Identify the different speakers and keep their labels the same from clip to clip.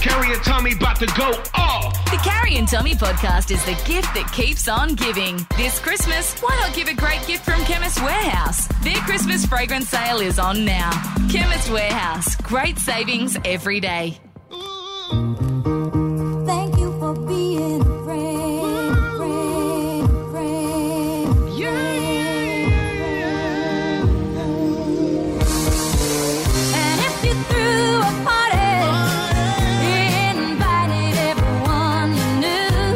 Speaker 1: Carrie and Tommy about to go off.
Speaker 2: The Carrie and Tommy podcast is the gift that keeps on giving. This Christmas, why not give a great gift from Chemist Warehouse? Their Christmas fragrance sale is on now. Chemist Warehouse, great savings every day.
Speaker 3: Thank you for being a friend, friend, friend. And if you threw a party, you invited everyone you knew.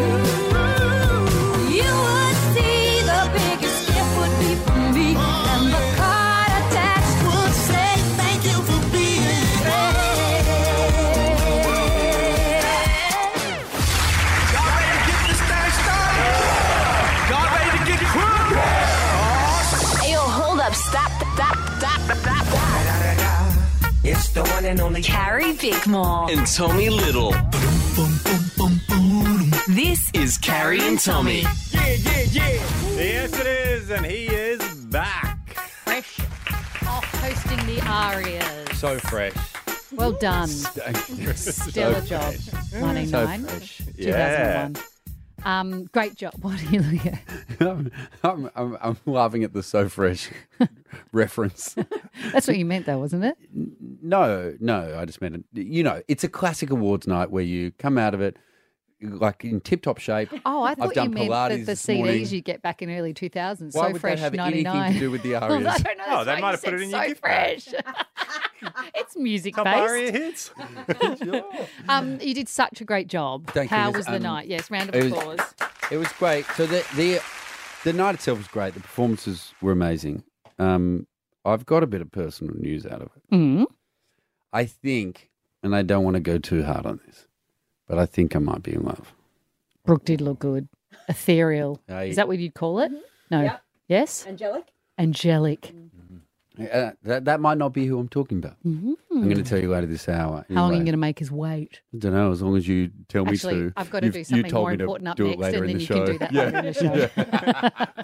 Speaker 3: You would see the biggest gift would be from me, and the card attached would say, "Thank you for being friends."
Speaker 4: Y'all ready to get this thing started? Y'all ready to get crunk?
Speaker 5: Yo, hold up, stop, stop, stop, stop, stop.
Speaker 4: It's the one and only
Speaker 2: Carrie Bickmore.
Speaker 6: and Tommy Little.
Speaker 2: This
Speaker 6: Is Carrie and Tommy.
Speaker 4: Yeah, yeah, yeah. Yes, it is, and he is back.
Speaker 7: fresh off hosting the Arias.
Speaker 8: So fresh.
Speaker 7: Well done. Still a job. One in
Speaker 8: So
Speaker 7: nine.
Speaker 8: fresh. Yeah.
Speaker 7: 2001. Um, great job. What are you looking at?
Speaker 8: I'm, I'm, I'm, I'm laughing at the so fresh reference.
Speaker 7: That's what you meant, though, wasn't it?
Speaker 8: No, no, I just meant, it. you know, it's a classic awards night where you come out of it like in tip top shape.
Speaker 7: Oh, I thought you
Speaker 8: done
Speaker 7: meant
Speaker 8: Pilates
Speaker 7: that the
Speaker 8: this
Speaker 7: CDs
Speaker 8: morning.
Speaker 7: you get back in early 2000s.
Speaker 8: Why
Speaker 7: so
Speaker 8: would that
Speaker 7: fresh,
Speaker 8: have anything
Speaker 7: 99.
Speaker 8: to do with the
Speaker 7: Well, I
Speaker 8: Arias?
Speaker 7: don't know.
Speaker 8: Oh,
Speaker 7: That's
Speaker 8: they
Speaker 7: why
Speaker 8: might
Speaker 7: you
Speaker 8: have put
Speaker 7: said
Speaker 8: it in
Speaker 7: so
Speaker 8: your gift bag.
Speaker 7: fresh. it's music
Speaker 8: Top Aria
Speaker 7: based.
Speaker 8: hits.
Speaker 7: Um, you did such a great job.
Speaker 8: Thank you.
Speaker 7: How
Speaker 8: It was,
Speaker 7: was the
Speaker 8: um,
Speaker 7: night? Yes, round of
Speaker 8: it was-
Speaker 7: applause.
Speaker 8: It was great. So the the the night itself was great. The performances were amazing. Um, I've got a bit of personal news out of it.
Speaker 7: Mm.
Speaker 8: I think, and I don't want to go too hard on this, but I think I might be in love.
Speaker 7: Brooke did look good. Ethereal.
Speaker 8: Hey.
Speaker 7: Is that what you'd call it? No. Yes? Mm-hmm. Angelic. Angelic.
Speaker 8: Uh, that that might not be who I'm talking about. I'm going to tell you later this hour.
Speaker 7: Mm-hmm. How long are you
Speaker 8: Anyway,
Speaker 7: going to make us wait?
Speaker 8: I don't know. As long as you tell me
Speaker 7: Actually,
Speaker 8: to.
Speaker 7: I've got to
Speaker 8: You've-
Speaker 7: do
Speaker 8: you
Speaker 7: something
Speaker 8: told
Speaker 7: more
Speaker 8: me to
Speaker 7: important up
Speaker 8: do it
Speaker 7: next,
Speaker 8: later
Speaker 7: and
Speaker 8: in
Speaker 7: then
Speaker 8: the
Speaker 7: you
Speaker 8: show.
Speaker 7: can do that
Speaker 8: yeah.
Speaker 7: later in the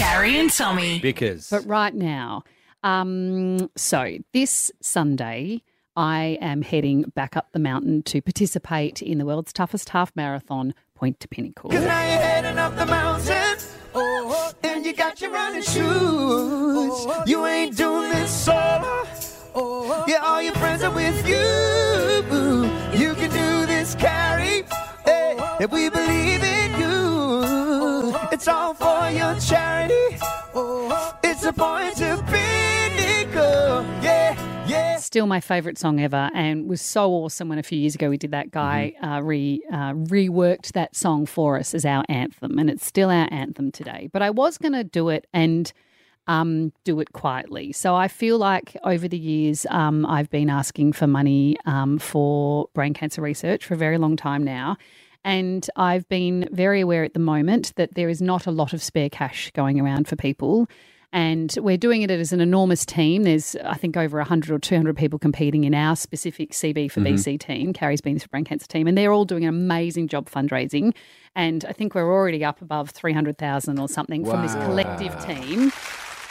Speaker 2: Carrie and Tommy.
Speaker 8: Because
Speaker 7: But right now, um, so this Sunday, I am heading back up the mountain to participate in the world's toughest half marathon, Point to Pinnacle.
Speaker 4: Now you're heading up the mountains. Oh, and you got your running shoes. You ain't doing this solo. Oh, yeah, all your friends are with you. You can do this, Carrie. Hey, if we believe in you, it's all for your charity. Oh, it's a point to pinnacle. Yeah, yeah.
Speaker 7: Still my favourite song ever, and was so awesome when a few years ago we did that guy uh, re uh, reworked that song for us as our anthem, and it's still our anthem today. But I was going to do it and um, do it quietly. So I feel like over the years um, I've been asking for money um, for brain cancer research for a very long time now. And I've been very aware at the moment that there is not a lot of spare cash going around for people. And we're doing it as an enormous team. There's, I think, over 100 or 200 people competing in our specific CB for BC team, Carrie's Beans for Brain Cancer team, and they're all doing an amazing job fundraising. And I think we're already up above 300,000 or something from this collective team.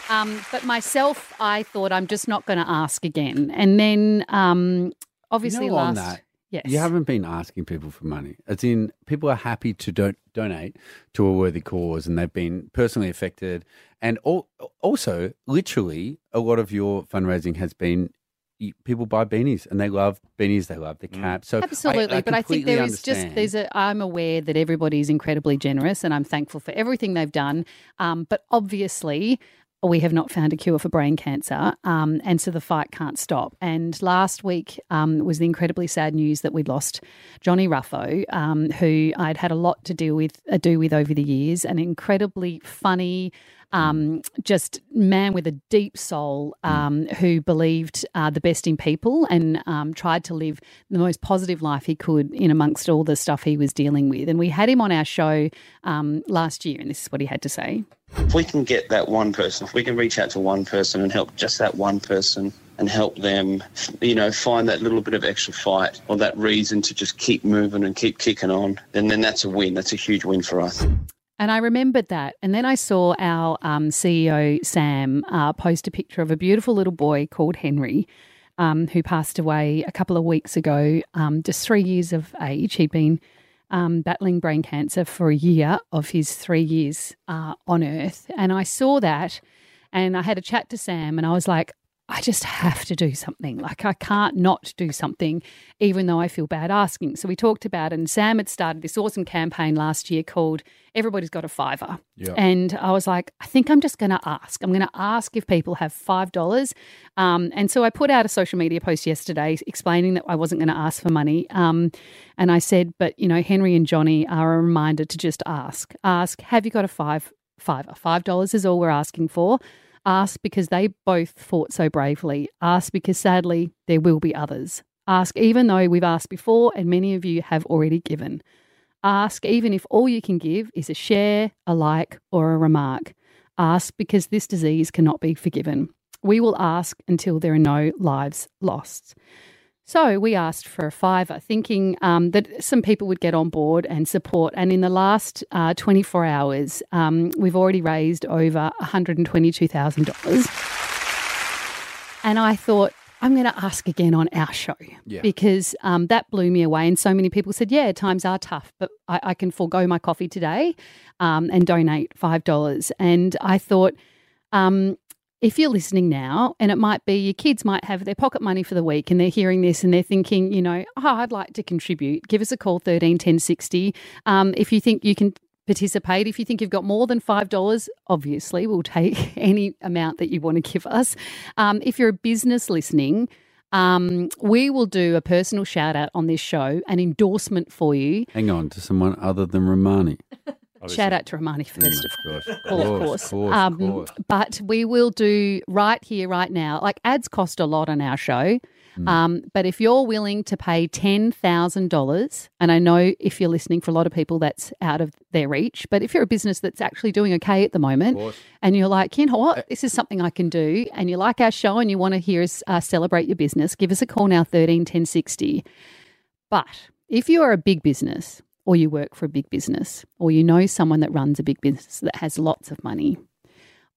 Speaker 7: Um, but myself, I thought I'm just not going to ask again. And then, um, obviously,
Speaker 8: know, on
Speaker 7: last
Speaker 8: that,
Speaker 7: yes,
Speaker 8: You haven't been asking people for money. As in, people are happy to don- donate to a worthy cause, and they've been personally affected. And all, also, literally, a lot of your fundraising has been y- people buy beanies, and they love beanies. They love the cap. So I-
Speaker 7: Absolutely, but I think
Speaker 8: completely
Speaker 7: there is just
Speaker 8: understand.
Speaker 7: there's a. I'm aware that everybody's incredibly generous, and I'm thankful for everything they've done. Um, but obviously, we have not found a cure for brain cancer, um, and so the fight can't stop. And last week um, was the incredibly sad news that we'd lost Johnny Ruffo, um, who I'd had a lot to deal with, uh, do with over the years. An incredibly funny, um, just man with a deep soul um, who believed uh, the best in people and um, tried to live the most positive life he could in amongst all the stuff he was dealing with. And we had him on our show um, last year, and this is what he had to say.
Speaker 9: if we can get that one person, if we can reach out to one person and help just that one person and help them, you know, find that little bit of extra fight or that reason to just keep moving and keep kicking on, then, then that's a win. That's a huge win for us.
Speaker 7: And I remembered that. And then I saw E our um, CEO, Sam, uh, post a picture of a beautiful little boy called Henry. um, who passed away a couple of weeks ago, um, just three years of age. He'd been um, battling brain cancer for a year of his three years uh, on Earth. And I saw that and I had a chat to Sam and I was like, I just have to do something. Like, I can't not do something, even though I feel bad asking. So, we talked about, it, and Sam had started this awesome campaign last year called Everybody's Got a Fiver.
Speaker 8: Yeah.
Speaker 7: And I was like, I think I'm just going to ask. I'm going to ask if people have $5. Um, and so, I put out a social media post yesterday explaining that I wasn't going to ask for money. Um, and I said, but, you know, Henry and Johnny are a reminder to just ask. Ask, have you got a five? Fiver. $5 is all we're asking for ask because they both fought so bravely. Ask because sadly, there will be others. Ask even though we've asked before and many of you have already given. Ask even if all you can give is a share, a like, or a remark. Ask because this disease cannot be forgiven. We will ask until there are no lives lost. So we asked for a fiver, thinking um, that some people would get on board and support. And in the last uh, 24 hours, um, we've already raised over $122,000. And I thought, I'm going to ask again on our show
Speaker 8: Yeah.
Speaker 7: because um, that blew me away. And so many people said, Yeah, times are tough, but I, I can forego my coffee today um, and donate $5. And I thought, um, if you're listening now, and it might be your kids might have their pocket money for the week and they're hearing this and they're thinking, you know, oh, I'd like to contribute, give us a call 13 10 60. Um, if you think you can participate, if you think you've got more than $5, obviously we'll take any amount that you want to give us. Um, if you're a business listening, um, we will do a personal shout out on this show, an endorsement for you.
Speaker 8: Hang on to someone other than Romani.
Speaker 7: Shout out to Romani first, of
Speaker 8: course, of
Speaker 7: course, of course. um,
Speaker 8: course.
Speaker 7: But we will do right here, right now. Like ads cost a lot on our show. Um, but if you're willing to pay $10,000, and I know if you're listening for a lot of people, that's out of their reach. But if you're a business that's actually doing okay at the moment
Speaker 8: course.
Speaker 7: and you're like, you know
Speaker 8: Uh,
Speaker 7: what, this is something I can do, and you like our show and you want to hear us uh, celebrate your business, give us a call now, 13 10 60. But if you are a big business or you work for a big business or you know someone that runs a big business that has lots of money,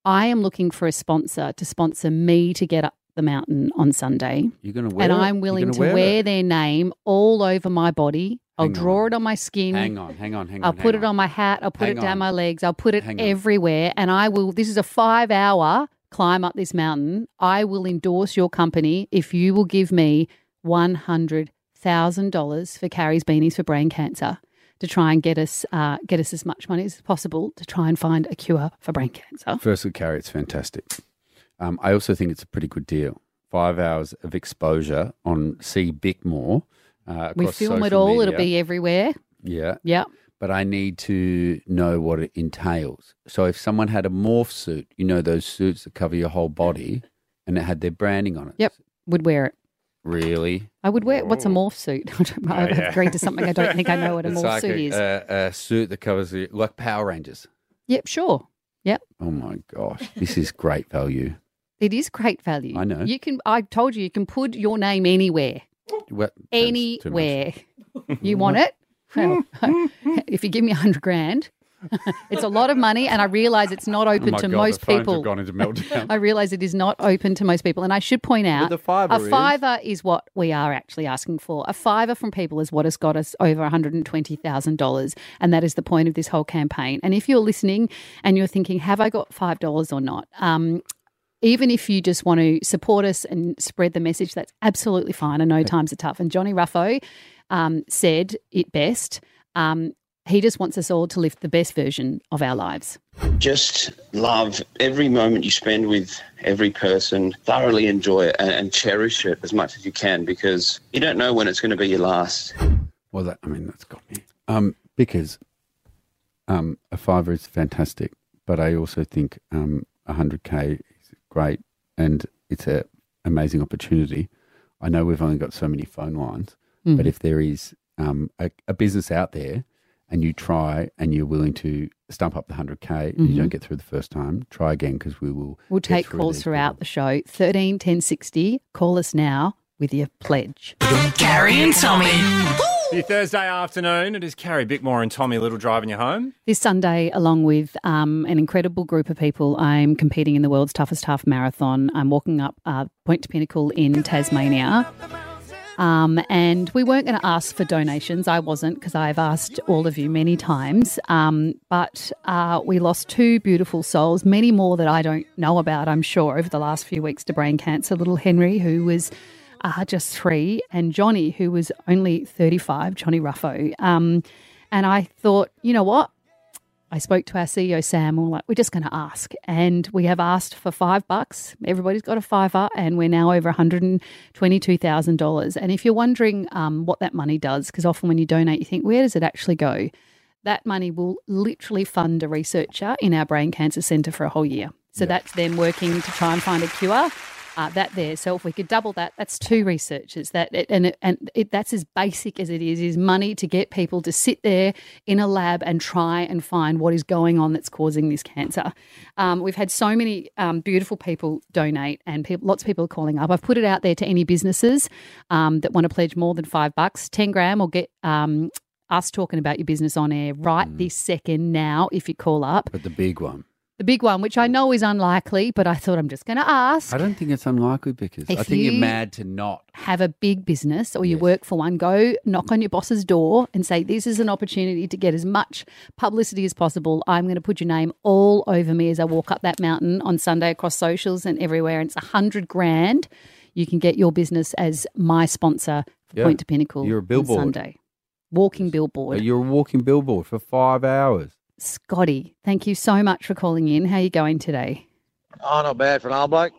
Speaker 7: I am looking for a sponsor to sponsor me to get up the mountain on Sunday.
Speaker 8: You're going to wear
Speaker 7: and
Speaker 8: it?
Speaker 7: I'm
Speaker 8: You're
Speaker 7: willing
Speaker 8: gonna
Speaker 7: to wear
Speaker 8: it?
Speaker 7: their name all over my body. I'll
Speaker 8: Hang
Speaker 7: draw
Speaker 8: on.
Speaker 7: it on my skin.
Speaker 8: Hang on, hang on, hang
Speaker 7: I'll
Speaker 8: on.
Speaker 7: put
Speaker 8: hang
Speaker 7: it on my hat. I'll put
Speaker 8: Hang
Speaker 7: it down
Speaker 8: on.
Speaker 7: my legs. I'll put it
Speaker 8: Hang on.
Speaker 7: everywhere. And I will, this is a five hour climb up this mountain. I will endorse your company if you will give me $100,000 for Carrie's Beanies for Brain Cancer to try and get us, uh, get us as much money as possible to try and find a cure for brain cancer.
Speaker 8: Firstly, Carrie, it's fantastic. Um, I also think it's a pretty good deal. Five hours of exposure on C Bickmore. Uh,
Speaker 7: We
Speaker 8: across
Speaker 7: film it
Speaker 8: social
Speaker 7: all. It'll
Speaker 8: media.
Speaker 7: be everywhere.
Speaker 8: yeah.
Speaker 7: Yep.
Speaker 8: But I need to know what it entails. So if someone had a morph suit, you know those suits that cover your whole body, and it had their branding on it.
Speaker 7: Yep. Would wear it.
Speaker 8: Really?
Speaker 7: I would wear what's a morph suit? I don't- I've agreed Oh, to something I don't think I know what a
Speaker 8: Oh, it's Uh,
Speaker 7: morph
Speaker 8: like
Speaker 7: suit
Speaker 8: a,
Speaker 7: is.
Speaker 8: a, a suit that covers the, like Power Rangers.
Speaker 7: yep, sure. Yep.
Speaker 8: Oh my gosh, this is great value.
Speaker 7: It is great value.
Speaker 8: I know.
Speaker 7: You can I told you you can put your name anywhere.
Speaker 8: What? That's too much.
Speaker 7: Anywhere.
Speaker 8: Mm-hmm.
Speaker 7: You want it? Well, if you give me a hundred grand, it's a lot of money and I realise it's not
Speaker 8: Oh
Speaker 7: open
Speaker 8: my
Speaker 7: to
Speaker 8: God,
Speaker 7: most
Speaker 8: the phones
Speaker 7: people.
Speaker 8: Have gone into meltdown.
Speaker 7: I realise it is not open to most people. And I should point out
Speaker 8: the fiver
Speaker 7: a
Speaker 8: is-
Speaker 7: fiver is what we are actually asking for. A fiver from people is what has got us over $120,000. And that is the point of this whole campaign. And if you're listening and you're thinking, have I got $5 or not? Um, even if you just want to support us and spread the message, that's absolutely fine. I know times are tough. And Johnny Ruffo um, said it best. Um, he just wants us all to live the best version of our lives.
Speaker 9: just love every moment you spend with every person thoroughly enjoy it and, and cherish it as much as you can because you don't know when it's going to be your last
Speaker 8: Well, that, I mean, that's got me. Um, because um, a fiver is fantastic, but I also think um, 100K is great and it's an amazing opportunity. I know we've only got so many phone lines,
Speaker 7: Hmm.
Speaker 8: but if there is um, a, a business out there and you try and you're willing to stump up the 100K and
Speaker 7: Mm-hmm.
Speaker 8: you don't get through the first time, try again because we will.
Speaker 7: We'll
Speaker 8: get
Speaker 7: take
Speaker 8: through
Speaker 7: calls
Speaker 8: these
Speaker 7: throughout
Speaker 8: people.
Speaker 7: the show. 13 10 60. Call us now with your pledge.
Speaker 6: Carrie and Tommy.
Speaker 10: Your Thursday afternoon, it is Carrie Bickmore and Tommy Little driving you home.
Speaker 7: This Sunday, along with um, an incredible group of people, I'm competing in the world's toughest half marathon. I'm walking up uh, Point to Pinnacle in Tasmania. Um, and we weren't going to ask for donations. I wasn't because I've asked all of you many times. Um, but uh, we lost two beautiful souls, many more that I don't know about, I'm sure, over the last few weeks to brain cancer. Little Henry, who was uh, just three, and Johnny, who was only 35, Johnny Ruffo. Um, and I thought, you know what? I spoke to our CEO, Sam, and we're like, we're just going to ask. And we have asked for five bucks. Everybody's got a fiver, and we're now over $122,000. And if you're wondering um, what that money does, because often when you donate, you think, where does it actually go? That money will literally fund a researcher in our brain cancer centre for a whole year. So that's them working to try and find a cure. Uh, that there. So if we could double that, that's two researchers. That it, and it, and it, that's as basic as it is is money to get people to sit there in a lab and try and find what is going on that's causing this cancer. Um, we've had so many um, beautiful people donate, and peop lots of people are calling up. I've put it out there to any businesses um, that want to pledge more than five bucks, ten gram, or get. Um, us talking about your business on air right this second now if you call up
Speaker 8: But the big one.
Speaker 7: the big one which i know is unlikely but i thought i'm just going to ask
Speaker 8: I don't think it's unlikely because
Speaker 7: If
Speaker 8: I think
Speaker 7: you-
Speaker 8: you're mad to not.
Speaker 7: have a big business or you work for one, go knock on your boss's door and say, This is an opportunity to get as much publicity as possible. I'm going to put your name all over me as I walk up that mountain on Sunday across socials and everywhere. And it's a hundred grand. You can get your business as my sponsor for
Speaker 8: Yeah.
Speaker 7: Point to Pinnacle
Speaker 8: You're a
Speaker 7: on
Speaker 8: billboard.
Speaker 7: Sunday. Walking billboard.
Speaker 8: You're a walking billboard for five hours.
Speaker 7: Scotty, thank you so much for calling in. How are you going today?
Speaker 11: Oh, not bad for an old bloke.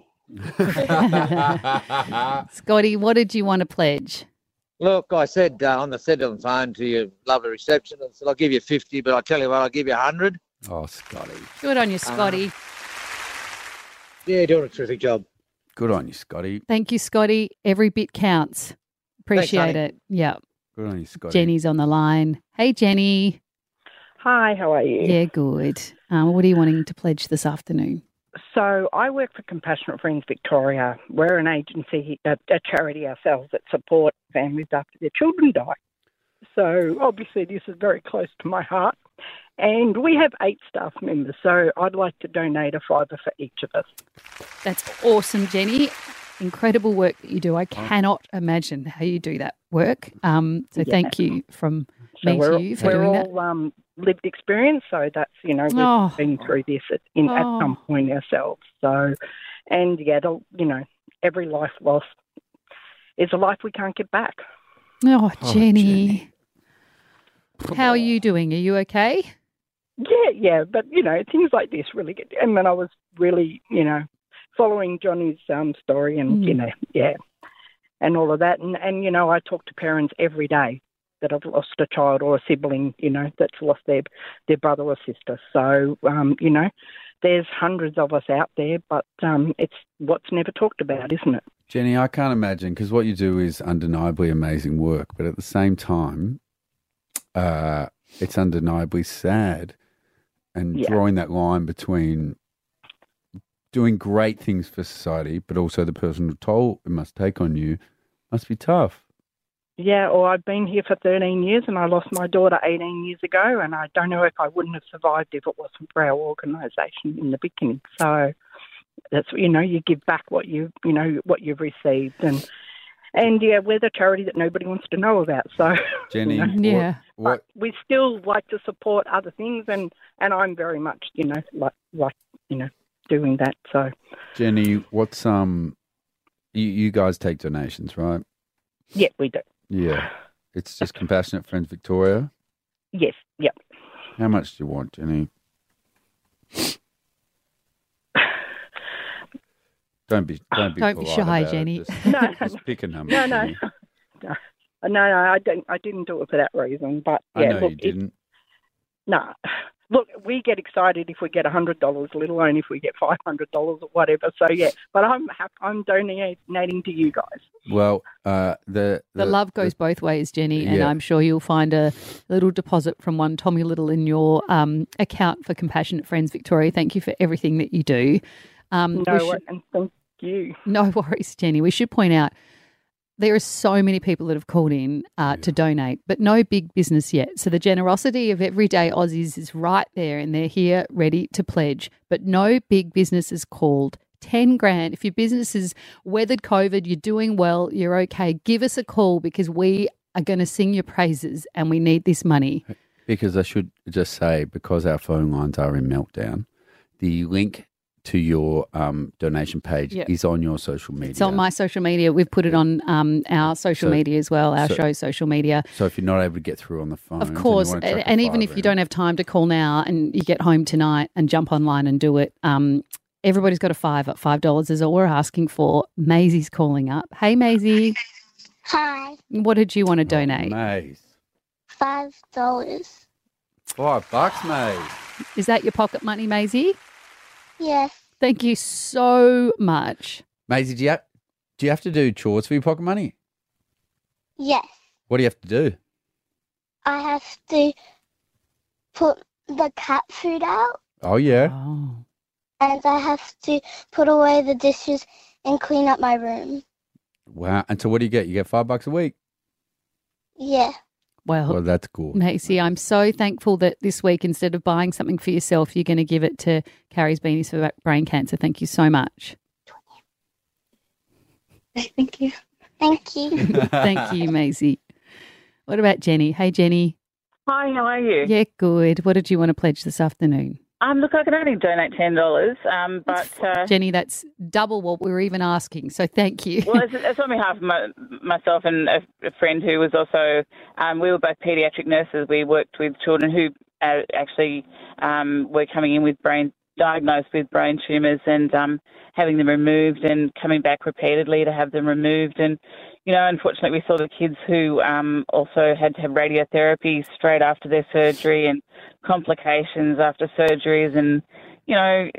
Speaker 8: Uh,
Speaker 7: Scotty, what did you want to pledge?
Speaker 11: Look, I said uh, on the said on the phone to your lovely reception. I said I'll give you fifty, but I tell you what, I'll give you hundred. Uh,
Speaker 8: Oh, Scotty,
Speaker 7: Good
Speaker 8: uh,
Speaker 7: on you, Scotty.
Speaker 11: yeah, you're doing a terrific job.
Speaker 8: Good on you, Scotty.
Speaker 7: Thank you, Scotty. Every bit counts. Appreciate
Speaker 8: honey.
Speaker 7: it. Yeah.
Speaker 8: Good on you, Scotty.
Speaker 7: Jenny's on the line. Hey, Jenny.
Speaker 12: Hi, how are you?
Speaker 7: Yeah, good. Um, what are you wanting to pledge this afternoon?
Speaker 12: So I work for Compassionate Friends Victoria. We're an agency, a, a charity ourselves that support families after their children die. So obviously this is very close to my heart. And we have eight staff members, so I'd like to donate a fiver for each of us.
Speaker 7: That's awesome, Jenny. Incredible work that you do. I
Speaker 11: uh,
Speaker 7: cannot imagine how you do that work. Um, so
Speaker 12: Yeah.
Speaker 7: thank you from
Speaker 12: So
Speaker 7: me
Speaker 12: we're,
Speaker 7: to you for
Speaker 12: we're
Speaker 7: doing that.
Speaker 12: all um, lived experience, so that's you know we've
Speaker 7: Oh.
Speaker 12: been through this at, in, at
Speaker 7: Oh.
Speaker 12: some point ourselves. So, and yeah, the, you know, every life lost is a life we can't get back.
Speaker 7: Oh, Jenny. How are you doing? Are you okay?
Speaker 12: Yeah, yeah, but you know, things like this really get. And then I was really, you know, following Johnny's um, story, and you
Speaker 7: Mm.
Speaker 12: know, yeah, and all of that, and and you know, I talk to parents every day that have lost a child or a sibling, you know, that's lost their their brother or sister. So, um, you know, there's hundreds of us out there, but um, it's what's never talked about, isn't it?
Speaker 8: Jenny, I can't imagine because what you do is undeniably amazing work, but at the same time, uh, it's undeniably sad. And
Speaker 12: Yeah.
Speaker 8: drawing that line between doing great things for society, but also the personal toll it must take on you, must be tough.
Speaker 12: Yeah, or I've been here for 13 years and I lost my daughter 18 years ago, and I don't know if I wouldn't have survived if it wasn't for our organisation in the beginning. So that's you know you give back what you you know what you've received, and and yeah, we're the charity that nobody wants to know about. So
Speaker 8: Jenny,
Speaker 12: you know.
Speaker 8: what- what,
Speaker 12: we still like to support other things, and and I'm very much you know like like you know doing that. So
Speaker 8: Jenny, what's um, you, you guys take donations, right?
Speaker 12: yeah, we do.
Speaker 8: Yeah, it's just compassionate friends Victoria.
Speaker 12: Yes, yep.
Speaker 8: How much do you want, Jenny? don't be don't be,
Speaker 12: Don't be
Speaker 8: polite
Speaker 12: shy,
Speaker 8: about it.
Speaker 12: Jenny.
Speaker 8: Just,
Speaker 12: No.
Speaker 8: just pick a number.
Speaker 12: No, no.
Speaker 8: Jenny.
Speaker 12: no. No, no, I don't. I didn't do it for that reason. But
Speaker 8: I
Speaker 12: yeah,
Speaker 8: know
Speaker 12: look,
Speaker 8: you
Speaker 12: it-
Speaker 8: didn't.
Speaker 12: No. Look, we get excited if we get hundred dollars, let alone if we get five hundred dollars or whatever. So yeah, but I'm hap- I'm donating to you guys.
Speaker 8: Well, uh, the,
Speaker 7: The, love goes both ways, Jenny, and
Speaker 8: Yeah.
Speaker 7: I'm sure you'll find a little deposit from one Tommy Little in your um, account for Compassionate Friends Victoria. Thank you for everything that you do. Um, we
Speaker 12: no,
Speaker 7: should-
Speaker 12: and thank you.
Speaker 7: no worries, Jenny. We should point out there are so many people that have called in uh, to donate, but no big business yet. So the generosity of everyday Aussies is right there and they're here ready to pledge, but no big business is called. 10 grand. If your business has weathered COVID, you're doing well, you're okay, give us a call because we are going to sing your praises and we need this money.
Speaker 8: Because I should just say, because our phone lines are in meltdown, the link to your um, donation page
Speaker 7: Yep.
Speaker 8: is on your social media.
Speaker 7: It's on my social media. We've put it on um, our social
Speaker 8: So-
Speaker 7: media as well, our
Speaker 8: so-
Speaker 7: show's social media.
Speaker 8: so if you're not able to get through on the phone,
Speaker 7: uh, Of course, and, and even if you don't have time to call now, and you get home tonight and jump online and do it, um, everybody's got a five at five dollars is all we're asking for. Maisie's calling up. Hey, Maisie.
Speaker 13: Hi,
Speaker 7: What did you want to donate?
Speaker 8: Maze,
Speaker 13: five dollars.
Speaker 8: five bucks, Maze.
Speaker 7: Is that your pocket money, Maisie?
Speaker 13: Yes.
Speaker 7: Thank you so much.
Speaker 8: Maisie, do you have, do you have to do chores for your pocket money?
Speaker 13: Yes.
Speaker 8: What do you have to do?
Speaker 13: I have to put the cat food out
Speaker 8: Oh yeah,
Speaker 13: and I have to put away the dishes and clean up my room.
Speaker 8: wow. And so what do you get? You get five bucks a week.
Speaker 13: Yeah.
Speaker 7: Well,
Speaker 8: well, that's cool.
Speaker 7: Macy, I'm so thankful that this week, instead of buying something for yourself, you're going to give it to Carrie's Beanies for Brain Cancer. Thank you so much.
Speaker 13: Thank you. Thank you.
Speaker 7: Thank you, Maisie. What about Jenny? Hey, Jenny.
Speaker 14: Hi, how are you?
Speaker 7: Yeah, good. What did you want to pledge this afternoon?
Speaker 14: Um, look, I can only donate ten dollars, um, but uh,
Speaker 7: Jenny, that's double what we were even asking. So thank you.
Speaker 14: well, it's, it's on behalf of my, myself and a, a friend who was also. Um, we were both paediatric nurses. We worked with children who uh, actually um, were coming in with brain diagnosed with brain tumours and um, having them removed and coming back repeatedly to have them removed and you know unfortunately we saw the kids who um, also had to have radiotherapy straight after their surgery and complications after surgeries and you know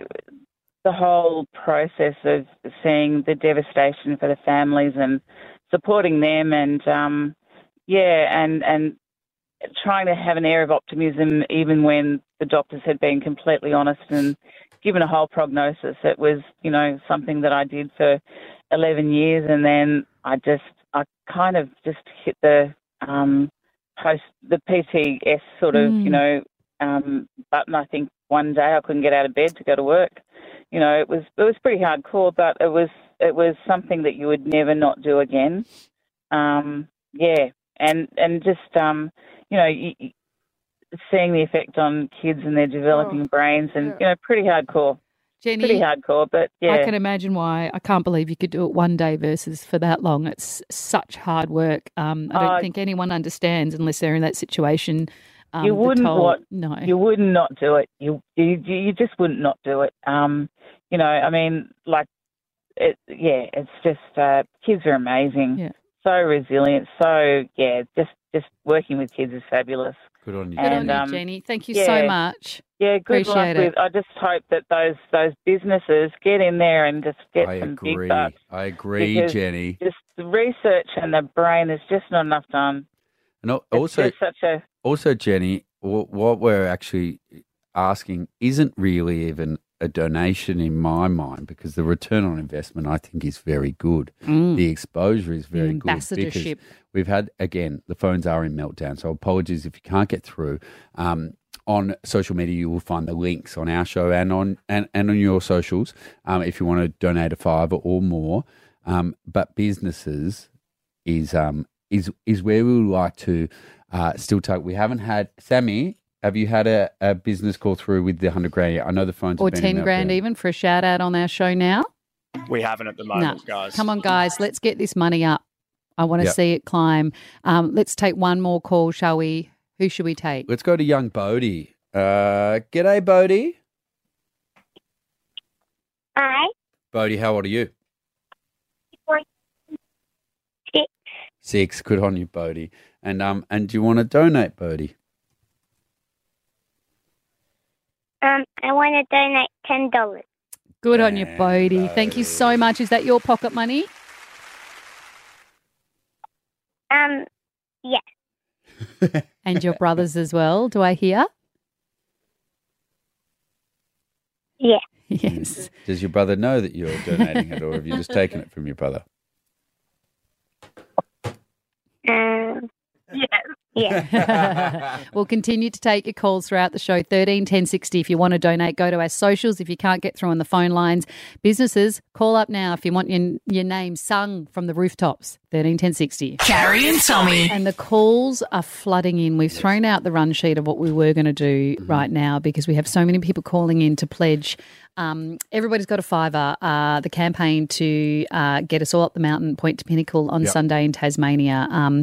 Speaker 14: the whole process of seeing the devastation for the families and supporting them and um, yeah and and trying to have an air of optimism even when the doctors had been completely honest and given a whole prognosis it was you know something that I did for 11 years and then I just I kind of just hit the um, post the PTS sort of
Speaker 15: Mm.
Speaker 14: you know um, button I think one day I couldn't get out of bed to go to work you know, it was it was pretty hardcore, but it was it was something that you would never not do again. Um, yeah, and and just um, you know, y y- seeing the effect on kids and their developing brains, and you know, pretty hardcore.
Speaker 7: Jenny,
Speaker 14: pretty hardcore, but yeah,
Speaker 7: I can imagine why. I can't believe you could do it one day versus for that long. It's such hard work. Um, I don't
Speaker 14: Oh.
Speaker 7: think anyone understands unless they're in that situation. Um,
Speaker 14: you
Speaker 7: the
Speaker 14: wouldn't
Speaker 7: toll-
Speaker 14: want,
Speaker 7: No.
Speaker 14: you would not do it. You, you you just wouldn't not do it. Um, you know, I mean, like, it, yeah, it's just uh, kids are amazing.
Speaker 7: Yeah.
Speaker 14: So resilient. So yeah, just just working with kids is fabulous.
Speaker 8: Good on you,
Speaker 7: Good on
Speaker 14: And,
Speaker 7: you,
Speaker 14: um,
Speaker 7: Jenny. Thank you
Speaker 14: yeah.
Speaker 7: so much.
Speaker 14: Yeah, good luck
Speaker 7: Appreciate it.
Speaker 14: with. I just hope that those those businesses get in there and just get
Speaker 8: I
Speaker 14: some big
Speaker 8: agree.
Speaker 14: bucks.
Speaker 8: I agree,
Speaker 14: because
Speaker 8: Jenny.
Speaker 14: Just the research and the brain. There's just not enough done.
Speaker 8: And al-
Speaker 14: It's
Speaker 8: also,
Speaker 14: just such a
Speaker 8: Also, Jenny, wh- what we're actually asking isn't really even a donation in my mind because the return on investment I think is very good.
Speaker 7: Mm.
Speaker 8: The exposure is very good. because
Speaker 7: ambassadorship.
Speaker 8: We've had again the phones are in meltdown, so apologies if you can't get through. Um, on social media, you will find the links on our show and on and, and on your socials um, if you want to donate a five or more. Um, but businesses is um is is where we would like to uh, still take. We haven't had Sammy. Have you had a, a business call through with the hundred grand? yet? I know the phones have
Speaker 7: Or
Speaker 8: been in
Speaker 7: 10
Speaker 8: meltdown.
Speaker 7: grand even for a shout out on our show now.
Speaker 10: We haven't at the
Speaker 7: No.
Speaker 10: moment, guys.
Speaker 7: Come on, guys. Let's get this money up. I want to
Speaker 8: Yep.
Speaker 7: see it climb. Um, let's take one more call, shall we? Who should we take?
Speaker 8: Let's go to young Bodie. Uh, g'day, Bodie.
Speaker 13: Hi.
Speaker 8: Bodie, how old are you?
Speaker 13: Six.
Speaker 8: Six. Good on you, Bodie. And um, and do you want to donate, Bodie?
Speaker 13: Um, I want to donate ten dollars.
Speaker 7: Good on you, Bodie. Thank you so much. Is that your pocket money?
Speaker 13: Um, yes.
Speaker 7: And your brothers as well, do I hear?
Speaker 13: Yeah.
Speaker 7: Yes.
Speaker 8: Does your brother know that you're donating it, or have you just taken it from your brother?
Speaker 15: Um, yeah.
Speaker 7: Yeah. we'll continue to take your calls throughout the show. 13 10 60 if you want to donate. Go to our socials if you can't get through on the phone lines. Businesses, call up now if you want your, your name sung from the rooftops. 13 10 60.
Speaker 6: Carrie and Tommy.
Speaker 7: And the calls are flooding in. We've thrown out the run sheet of what we were going to do
Speaker 6: Mm-hmm.
Speaker 7: right now because we have so many people calling in to pledge. Um, everybody's got a fiver. Uh, the campaign to uh, get us all up the mountain, Point to Pinnacle on
Speaker 16: Yep.
Speaker 7: Sunday in Tasmania. Um,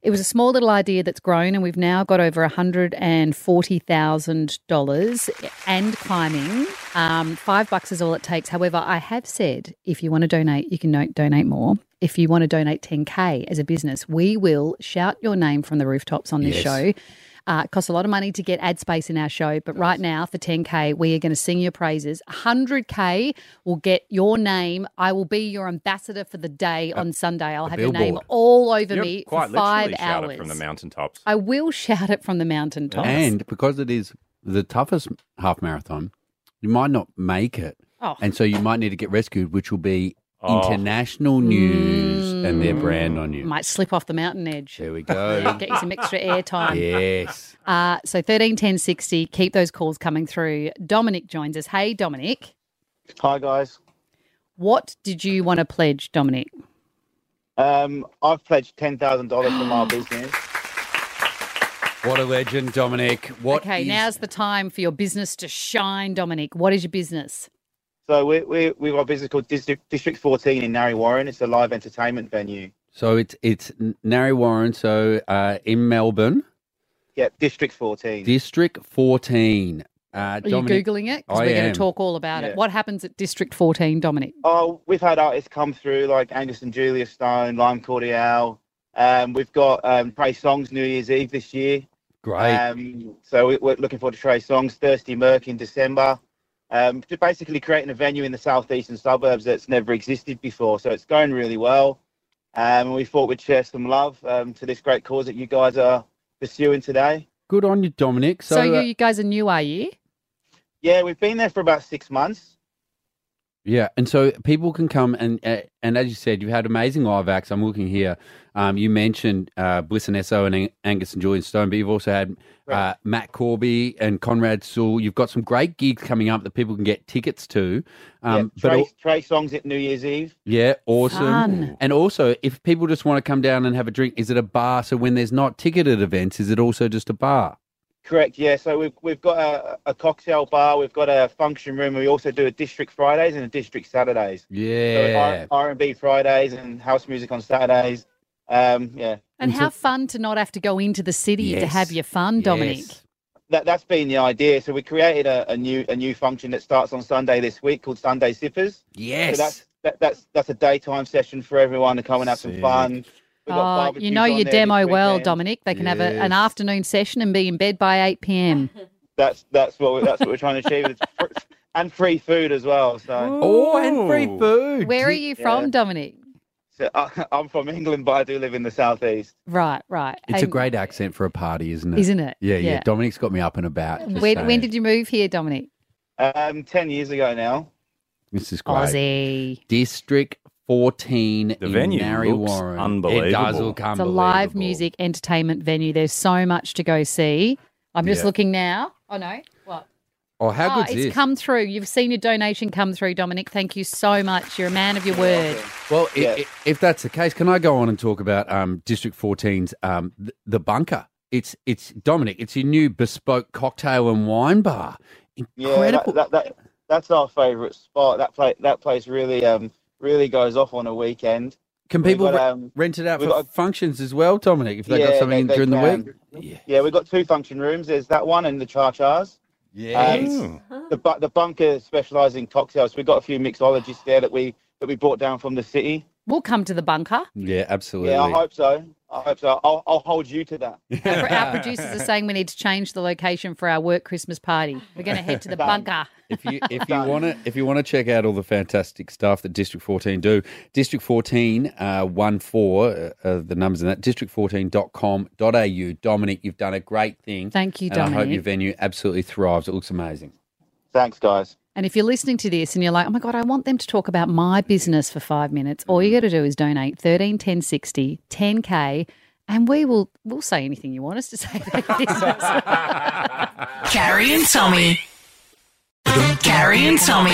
Speaker 7: it was a small little idea that's grown, and we've now got over $140,000 and climbing. Um, five bucks is all it takes. However, I have said if you want to donate, you can no- donate more. If you want to donate 10K as a business, we will shout your name from the rooftops on this
Speaker 17: Yes.
Speaker 7: show. Uh, it costs a lot of money to get ad space in our show, but right now for 10K, we are going to sing your praises. 100K will get your name. I will be your ambassador for the day on Sunday. I'll
Speaker 10: a
Speaker 7: have your name
Speaker 10: billboard.
Speaker 7: all over
Speaker 10: Yep,
Speaker 7: me
Speaker 10: quite
Speaker 7: for five
Speaker 10: literally
Speaker 7: hours.
Speaker 10: shout it from the mountaintops.
Speaker 7: I will shout it from the mountaintops.
Speaker 8: And because it is the toughest half marathon, you might not make it.
Speaker 7: Oh.
Speaker 8: And so you might need to get rescued, which will be
Speaker 7: Oh.
Speaker 8: international news and their
Speaker 7: Mm.
Speaker 8: brand on you.
Speaker 7: might slip off the mountain edge.
Speaker 8: There we go.
Speaker 7: Get you some extra air time.
Speaker 8: yes.
Speaker 7: Uh, so thirteen ten sixty. Keep those calls coming through. Dominic joins us. Hey, Dominic.
Speaker 18: Hi guys.
Speaker 7: What did you want to pledge, Dominic?
Speaker 18: Um, I've pledged ten thousand dollars for my business.
Speaker 8: What a legend, Dominic. What
Speaker 7: okay,
Speaker 8: is-
Speaker 7: now's the time for your business to shine, Dominic. What is your business?
Speaker 18: So we we we've got a business called District District Fourteen in Narry Warren. It's a live entertainment venue.
Speaker 8: So it's it's Narry Warren, so uh, in Melbourne,
Speaker 18: Yeah, District Fourteen.
Speaker 8: District 14. Uh, Are
Speaker 7: Are you googling it? Because
Speaker 8: I
Speaker 7: we're going
Speaker 8: am.
Speaker 7: to talk all about
Speaker 18: Yeah.
Speaker 7: it. What happens at District fourteen, Dominic?
Speaker 18: Oh, we've had artists come through like Angus and Julia Stone, Lime Cordial. Um, we've got um, Trey Songs New Year's Eve this year.
Speaker 8: Great.
Speaker 18: Um, so we, we're looking forward to Trey Songs Thirsty Merc in December. Um, just basically creating a venue in the southeastern suburbs that's never existed before. So it's going really well. Um, and we thought we'd share some love um, to this great cause that you guys are pursuing today.
Speaker 8: Good on you, Dominic. So,
Speaker 7: So, you,
Speaker 8: uh,
Speaker 7: you guys are new, are you?
Speaker 18: Yeah, we've been there for about six months.
Speaker 8: Yeah, and so people can come and uh, and as you said, you had amazing live acts. I'm looking here. Um, you mentioned uh, Bliss and Esso and Ang- Angus and Julian Stone, but you've also had uh, Matt Corby and Conrad Sewell. You've got some great gigs coming up that people can get tickets to. Um, but
Speaker 18: Trey,
Speaker 8: al-
Speaker 18: Trey Songs at New Year's Eve.
Speaker 8: yeah, awesome.
Speaker 18: Fun.
Speaker 8: And also, if people just want to come down and have a drink, is it a bar? So when there's not ticketed events, is it also just a bar?
Speaker 18: Correct. Yeah. So we've we've got a, a cocktail bar. We've got a function room. We also do a district Fridays and a district Saturdays.
Speaker 10: uh,
Speaker 8: Yeah.
Speaker 18: So R and B Fridays and house music on Saturdays. Um, yeah.
Speaker 7: And, how fun to not have to go into the city to
Speaker 18: Yes.
Speaker 7: have your fun, Dominic.
Speaker 18: That that's been the idea. So we created a, a new a new function that starts on Sunday this week called Sunday Sippers.
Speaker 8: Yes.
Speaker 18: So that's that, that's that's a daytime session for everyone to come and have some fun. We've got
Speaker 7: Oh, you
Speaker 18: barbecues
Speaker 7: know
Speaker 18: on
Speaker 7: your
Speaker 18: there this
Speaker 7: demo well,
Speaker 18: weekend.
Speaker 7: Dominic. They can have a, an
Speaker 18: Yes.
Speaker 7: afternoon session and be in bed by 8 p.m.
Speaker 18: That's that's what we, that's what we're trying to achieve, It's fr- and free food as well. So
Speaker 8: oh, and free food.
Speaker 7: Where are you from, Dominic?
Speaker 18: So I, I'm from England, but I do live in the southeast.
Speaker 7: Right, right.
Speaker 8: It's a
Speaker 7: And
Speaker 8: great accent for a party, isn't it?
Speaker 7: Isn't it?
Speaker 8: Yeah, yeah.
Speaker 7: Yeah.
Speaker 8: Dominic's got me up and about. just
Speaker 7: When, when
Speaker 8: saying.
Speaker 7: did you move here, Dominic?
Speaker 18: Um, ten years ago now.
Speaker 8: This is great.
Speaker 7: Aussie.
Speaker 8: District 14 in
Speaker 10: venue
Speaker 8: Narry
Speaker 10: looks
Speaker 8: Warren. It does
Speaker 10: unbelievable.
Speaker 8: look
Speaker 7: It's a
Speaker 8: unbelievable.
Speaker 7: live music entertainment venue. There's so much to go see. I'm just
Speaker 8: Yeah.
Speaker 7: looking now. Oh no. What?
Speaker 8: Oh, how
Speaker 7: oh,
Speaker 8: good's
Speaker 7: it's
Speaker 8: this?
Speaker 7: come through. You've seen your donation come through, Dominic. Thank you so much. You're a man of your word.
Speaker 8: well, i i if that's the case, can I go on and talk about um, District 14's um, th- the bunker? It's it's Dominic. It's your new bespoke cocktail and wine bar.
Speaker 18: Yeah, that, that, that, that's our favourite spot. That place, that place really, um, really goes off on a weekend.
Speaker 8: Can
Speaker 18: We've
Speaker 8: people
Speaker 18: got,
Speaker 8: re-
Speaker 18: um,
Speaker 8: rent it out for
Speaker 18: we've got
Speaker 8: functions as well, Dominic? If they
Speaker 18: Yeah,
Speaker 8: got something
Speaker 18: they- they
Speaker 8: during the
Speaker 18: can.
Speaker 8: week. Yeah.
Speaker 18: we've got two function rooms. There's that one and the Char Chars.
Speaker 8: Yes.
Speaker 18: Um, the bu- the bunker specialises in cocktails. We've got a few mixologists there that we that we brought down from the city.
Speaker 7: We'll come to the bunker.
Speaker 8: Yeah, absolutely.
Speaker 18: Yeah, I hope so. I hope so. I'll, I'll hold you to that.
Speaker 7: Our producers are saying we need to change the location for our work Christmas party. We're going to head to the bunker.
Speaker 8: If you if you want to if you want to check out all the fantastic stuff that District 14 do, District 14 uh, one four uh, uh, the numbers in that district14.com.au. Dominic, you've done a great thing.
Speaker 7: Thank you,
Speaker 8: and I hope
Speaker 7: Dominic.
Speaker 8: your venue absolutely thrives. It looks amazing.
Speaker 18: Thanks, guys.
Speaker 7: And if you're listening to this and you're like, oh my God, I want them to talk about my business for five minutes, all you got to do is donate 13 10 60 10K. And we will we'll say anything you want us to say. about your business.
Speaker 6: Carrie and Tommy. Carrie and Tommy.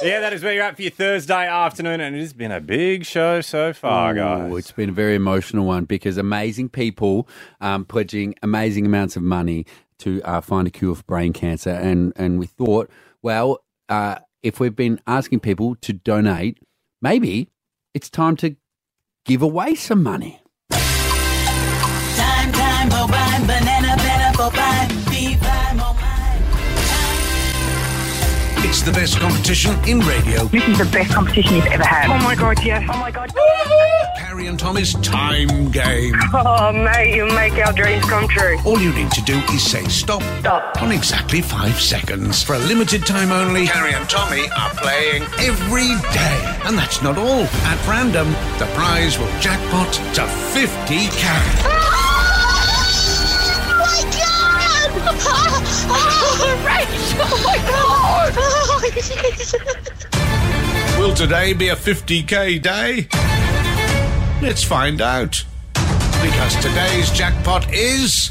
Speaker 10: Yeah, that is where you're at for your Thursday afternoon, and it has been a big show so far, guys.
Speaker 8: Ooh, It's been a very emotional one because amazing people um, pledging amazing amounts of money to uh, find a cure for brain cancer, and and we thought, well, uh, if we've been asking people to donate, maybe it's time to give away some money.
Speaker 3: Time, time, oh, bye, banana, banana, oh, bye, be bye, oh,
Speaker 15: It's the best competition in radio.
Speaker 3: This is the best competition you've ever had. Oh my god, yes. Oh my god.
Speaker 15: Harry and Tommy's time game.
Speaker 3: Oh mate, you make our dreams come true.
Speaker 15: All you need to do is say stop. Stop. On exactly five seconds. For a limited time only, Harry and Tommy are playing every day. And that's not all. At random, the prize will jackpot to 50k.
Speaker 3: my god! oh, Rachel, oh my god! Oh my
Speaker 15: Will today be a 50k day? Let's find out. Because today's jackpot is.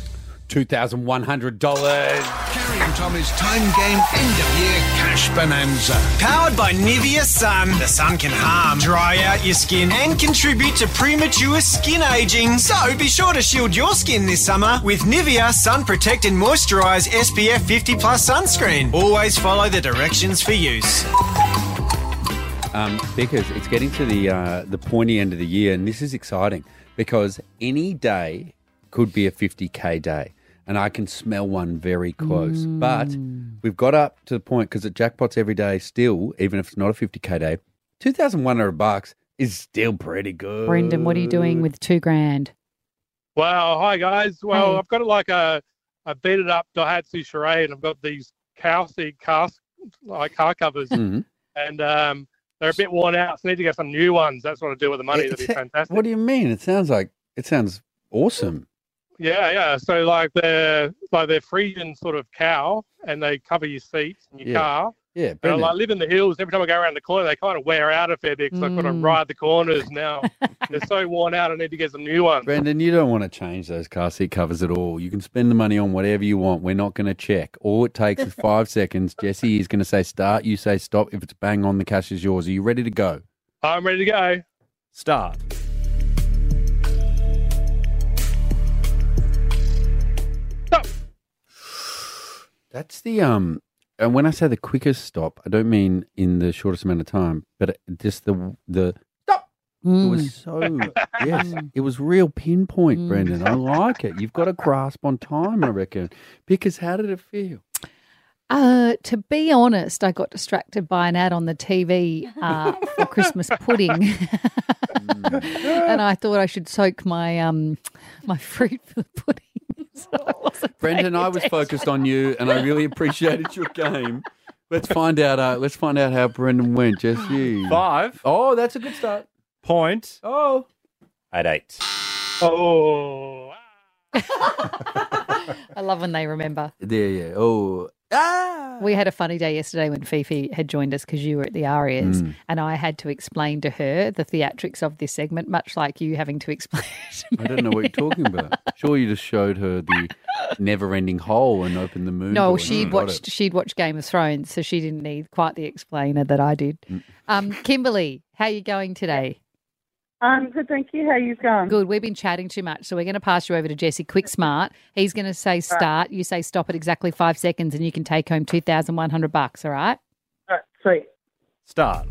Speaker 8: $2,100.
Speaker 15: Harry and Tommy's time game end of year cash bonanza.
Speaker 16: Powered by Nivea Sun, the sun can harm, dry out your skin, and contribute to premature skin aging. So be sure to shield your skin this summer with Nivea Sun Protect and Moisturize SPF 50 Plus sunscreen. Always follow the directions for use.
Speaker 8: Um, because it's getting to the uh, the pointy end of the year, and this is exciting because any day could be a 50k day, and I can smell one very close.
Speaker 7: Mm.
Speaker 8: But we've got up to the point because at jackpots every day, still, even if it's not a 50k day, 2,100 bucks is still pretty good.
Speaker 7: Brendan, what are you doing with two grand?
Speaker 17: Wow. Hi, guys. Well,
Speaker 7: Hey.
Speaker 17: I've got like a, a beat it up Daihatsu Charade. I've got these cow seed cars, like car covers,
Speaker 8: Mhm.
Speaker 17: and um, they're a bit worn out. So I need to get some new ones. That's what I do with the money. That'd be fantastic.
Speaker 8: What do you mean? It sounds like it sounds awesome.
Speaker 17: Yeah, yeah. So like they're like they're Frisian sort of cow, and they cover your seats and your
Speaker 8: Yeah.
Speaker 17: car.
Speaker 8: Yeah,
Speaker 17: And I
Speaker 8: Brendan.
Speaker 17: like live in the hills. Every time I go around the corner, they kind of wear out a fair bit because I've got to
Speaker 8: Mm.
Speaker 17: ride the corners now. they're so worn out. I need to get some new ones.
Speaker 8: Brendan, you don't want to change those car seat covers at all. You can spend the money on whatever you want. We're not going to check. All it takes is five seconds. Jesse is going to say start. You say stop. If it's bang on, the cash is yours. Are you ready to go?
Speaker 17: I'm ready to go.
Speaker 10: Start.
Speaker 8: That's the um. And when I say the quickest stop, I don't mean in the shortest amount of time, but it- just the the It was so yes, it was real pinpoint, Brendan. I like it. You've got a grasp on time, I reckon. Because how did it feel?
Speaker 7: Uh, to be honest, I got distracted by an ad on the TV uh, for Christmas pudding, and I thought I should soak my um my fruit for the pudding. So I wasn't
Speaker 8: Brendan,
Speaker 7: paying
Speaker 8: I was
Speaker 7: attention.
Speaker 8: focused on you, and I really appreciated your game. Let's find out. Uh, let's find out how Brendan went. Jesse,
Speaker 10: Five.
Speaker 8: Oh, that's a good start.
Speaker 10: Point
Speaker 8: Oh,
Speaker 10: at eight.
Speaker 17: Oh.
Speaker 7: I love when they remember.
Speaker 8: there, yeah. Oh,
Speaker 7: We had a funny day yesterday when Fifi had joined us because you were at the Arias,
Speaker 8: Mm.
Speaker 7: and I had to explain to her the theatrics of this segment, much like you having to explain. to
Speaker 8: I don't know what
Speaker 7: me.
Speaker 8: you're talking about. Sure, you just showed her the never-ending hole and opened the moon.
Speaker 7: No,
Speaker 8: door. Mm.
Speaker 7: she'd
Speaker 8: Got it.
Speaker 7: watched she'd watched Game of Thrones, so she didn't need quite the explainer that I did. Um, Kimberly, how you going today?
Speaker 19: Um, good, thank you. How you going?
Speaker 7: Good. We've been chatting too much, so we're going to pass you over to Jesse Quick Smart. He's going to say start. You say stop at exactly five seconds, and you can take home two thousand one hundred bucks. All right.
Speaker 19: All right, sweet.
Speaker 10: Start.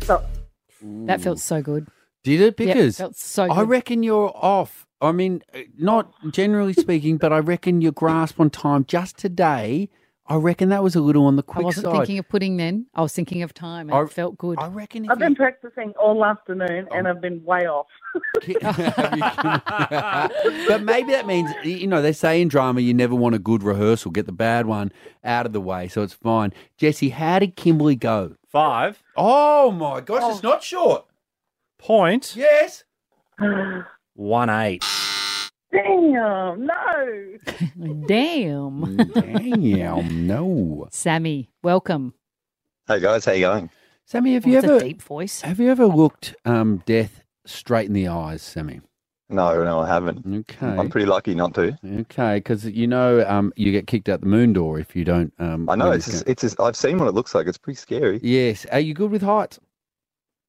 Speaker 19: Stop.
Speaker 7: That felt so good.
Speaker 8: Did it?
Speaker 7: Yep,
Speaker 8: Because
Speaker 7: felt so
Speaker 8: I
Speaker 7: good.
Speaker 8: reckon you're off. I mean, uh, not generally speaking, but I reckon your grasp on time just today. I reckon that was a little on the quick
Speaker 7: I wasn't
Speaker 8: side.
Speaker 7: thinking of pudding then. I was thinking of time, and
Speaker 8: I-
Speaker 7: it felt good. I
Speaker 8: reckon.
Speaker 19: I've been practicing all afternoon and
Speaker 8: Oh.
Speaker 19: I've been way off.
Speaker 8: but maybe that means you know they say in drama you never want a good rehearsal. Get the bad one out of the way, so it's fine. Jesse, how did Kimberly go?
Speaker 10: Five.
Speaker 8: Oh my gosh, it's not short.
Speaker 10: Point.
Speaker 8: Yes.
Speaker 10: One eight.
Speaker 19: Damn, no.
Speaker 7: Damn.
Speaker 8: Damn, no.
Speaker 7: Sammy, welcome.
Speaker 20: Hey guys, how you going?
Speaker 8: Sammy, have
Speaker 7: Oh,
Speaker 8: you
Speaker 7: it's a
Speaker 8: ever
Speaker 7: deep voice?
Speaker 8: Have you ever looked um, death straight in the eyes, Sammy?
Speaker 20: No, no, I haven't.
Speaker 8: Okay,
Speaker 20: I'm pretty lucky not to.
Speaker 8: Okay, because you know um, you get kicked out the moon door if you don't. Um,
Speaker 20: I know
Speaker 8: when
Speaker 20: it's
Speaker 8: you
Speaker 20: just,
Speaker 8: go-
Speaker 20: it's just, I've seen what it looks like. It's pretty scary.
Speaker 8: Yes. Are you good with heights?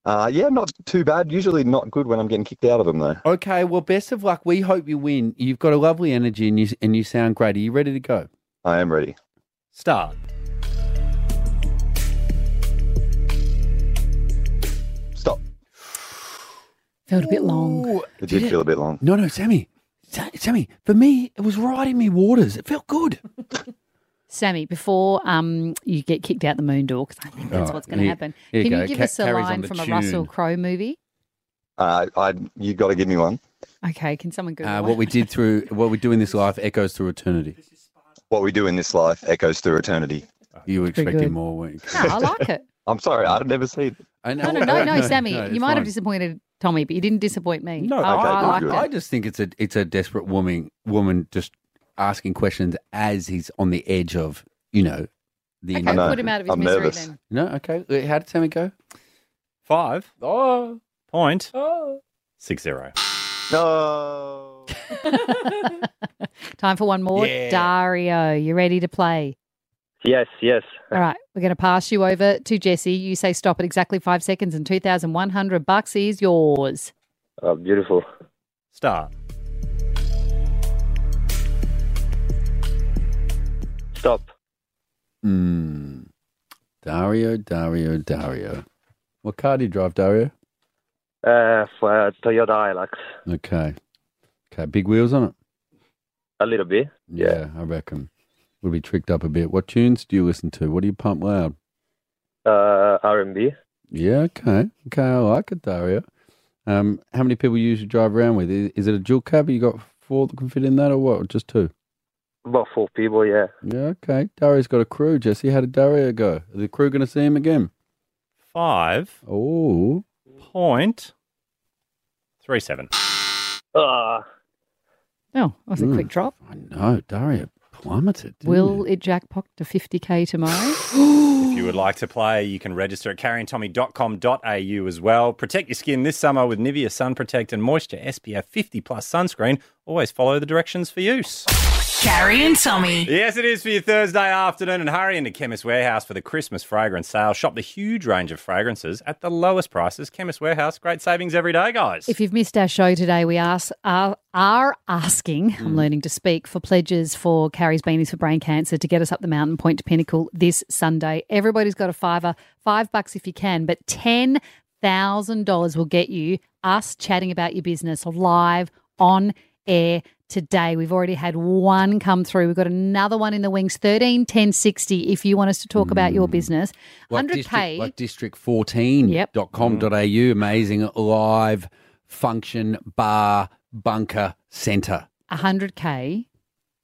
Speaker 20: Uh, yeah, not too bad. Usually not good when I'm getting kicked out of them though.
Speaker 8: Okay, well, best of luck. We hope you win. You've got a lovely energy and you and you sound great. Are you ready to go?
Speaker 20: I am ready.
Speaker 8: Start.
Speaker 7: Felt a bit long.
Speaker 20: It did feel a bit long.
Speaker 8: No, no, Sammy, Sa- Sammy. For me, it was right in me waters. It felt good.
Speaker 7: Sammy, before um, you get kicked out the moon door, because I think that's
Speaker 20: Alright,
Speaker 7: what's going to
Speaker 20: Oh, here-
Speaker 7: happen,
Speaker 20: here you
Speaker 7: can
Speaker 20: go.
Speaker 7: you give
Speaker 20: Ca-
Speaker 7: us a
Speaker 20: carries on
Speaker 7: line
Speaker 20: the
Speaker 7: from a Russell
Speaker 20: tune.
Speaker 7: Crowe movie?
Speaker 20: Uh, I you got to give me one.
Speaker 7: Okay, can someone Google
Speaker 8: Uh,
Speaker 7: it?
Speaker 8: what we did through what we do in this life echoes through eternity.
Speaker 20: What we do in this life echoes through eternity.
Speaker 8: You were expecting more, weren't you?
Speaker 7: No, I like it.
Speaker 20: I'm sorry, I've never seen.
Speaker 8: I
Speaker 7: No, no, no, no, Sammy. you might have disappointed Tommy, but you didn't disappoint me. No, I, I liked
Speaker 8: I
Speaker 7: it.
Speaker 8: just think it's a it's a desperate woman woman just asking questions as he's on the edge of you know the.
Speaker 7: Okay,
Speaker 8: inevitable.
Speaker 7: put him out of his misery then.
Speaker 8: No, okay. How did Sammy go?
Speaker 10: Five.
Speaker 8: Oh.
Speaker 10: Point.
Speaker 7: Oh.
Speaker 10: Six zero.
Speaker 20: No.
Speaker 7: Time for one more.
Speaker 10: Yeah.
Speaker 7: Dario, you ready to play?
Speaker 21: Yes, yes.
Speaker 7: All right, we're going to pass you over to Jesse. You say stop at exactly five seconds, and 2,100 bucks is yours.
Speaker 21: Oh, beautiful.
Speaker 10: Start.
Speaker 21: Stop.
Speaker 8: Mm. Dario, Dario, Dario. What car do you drive, Dario?
Speaker 21: Uh, for uh, Toyota Hilux,
Speaker 8: Okay. Okay. Big wheels on it.
Speaker 21: a little bit.
Speaker 8: Yeah, I reckon. We'll be tricked up a bit. What tunes do you listen to? What do you pump loud?
Speaker 21: Uh, R&B.
Speaker 8: Yeah, okay. Okay, I like it, Dario. Um, how many people you usually drive around with? Is, is it a dual cab? You got four that can fit in that or what? Or just two?
Speaker 21: About four people, yeah.
Speaker 8: Yeah, okay. Dario's got a crew, Jesse. How did Dario go? Are the crew going to see him again?
Speaker 10: Five.
Speaker 8: Oh.
Speaker 10: Point. Three seven.
Speaker 21: Ah.
Speaker 7: Oh,
Speaker 20: Mm.
Speaker 7: that was a quick drop.
Speaker 8: Hmm. I know. Dario plummeted. didn't
Speaker 7: Will it jackpot to 50K tomorrow?
Speaker 10: If you would like to play, you can register at carrieandtommy.com.au as well. Protect your skin this summer with Nivea Sun Protect and Moisture SPF 50 plus sunscreen. Always follow the directions for use.
Speaker 6: Carrie and Tommy.
Speaker 10: Yes, it is for your Thursday afternoon, and hurry into Chemist Warehouse for the Christmas fragrance sale. Shop the huge range of fragrances at the lowest prices. Chemist Warehouse, great savings every day, guys.
Speaker 7: If you've missed our show today, we ask, are, are asking, I'm learning to speak, for pledges for Carrie's Beanies for Brain Cancer to get us up the mountain, point to pinnacle this Sunday. Everybody's got a fiver, five bucks if you can, but $10,000 will get you us chatting about your business live on air today. We've already had one come through. We've got another one in the wings, 13, 10, 60, if you want us to talk about your business.
Speaker 8: Like
Speaker 7: 100K.
Speaker 8: District, like district 14
Speaker 7: Yep.
Speaker 8: dot com dot au. Amazing live function bar bunker center.
Speaker 7: 100K,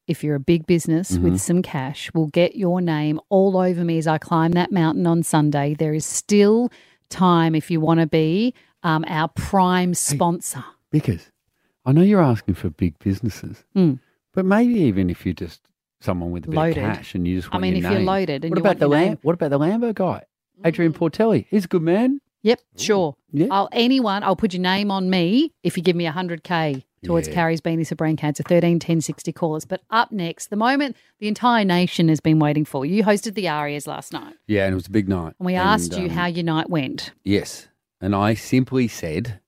Speaker 7: if you're a big business
Speaker 8: Mm-hmm.
Speaker 7: with some cash, will get your name all over me as I climb that mountain on Sunday. There is still time if you want to be um, our prime sponsor.
Speaker 8: Because I know you're asking for big businesses,
Speaker 7: Mm.
Speaker 8: but maybe even if you just someone with a bit
Speaker 7: Loaded.
Speaker 8: of cash and you just
Speaker 7: I
Speaker 8: want
Speaker 7: mean,
Speaker 8: your
Speaker 7: if you're
Speaker 8: name.
Speaker 7: loaded and
Speaker 8: what
Speaker 7: you
Speaker 8: about
Speaker 7: want
Speaker 8: the
Speaker 7: your
Speaker 8: Lam-
Speaker 7: name. Mm.
Speaker 8: what about the Lambo guy, Adrian Portelli? He's a good man.
Speaker 7: Yep, sure. I'll anyone. I'll put your name on me if you give me hundred k towards Carrie's Beanies for Brain Cancer. Thirteen ten sixty callers. But up next, the moment the entire nation has been waiting for. You hosted the Arias last night,
Speaker 8: Yeah, and it was a big night.
Speaker 7: and we asked you
Speaker 8: um,
Speaker 7: how your night went.
Speaker 8: Yes. And I simply said,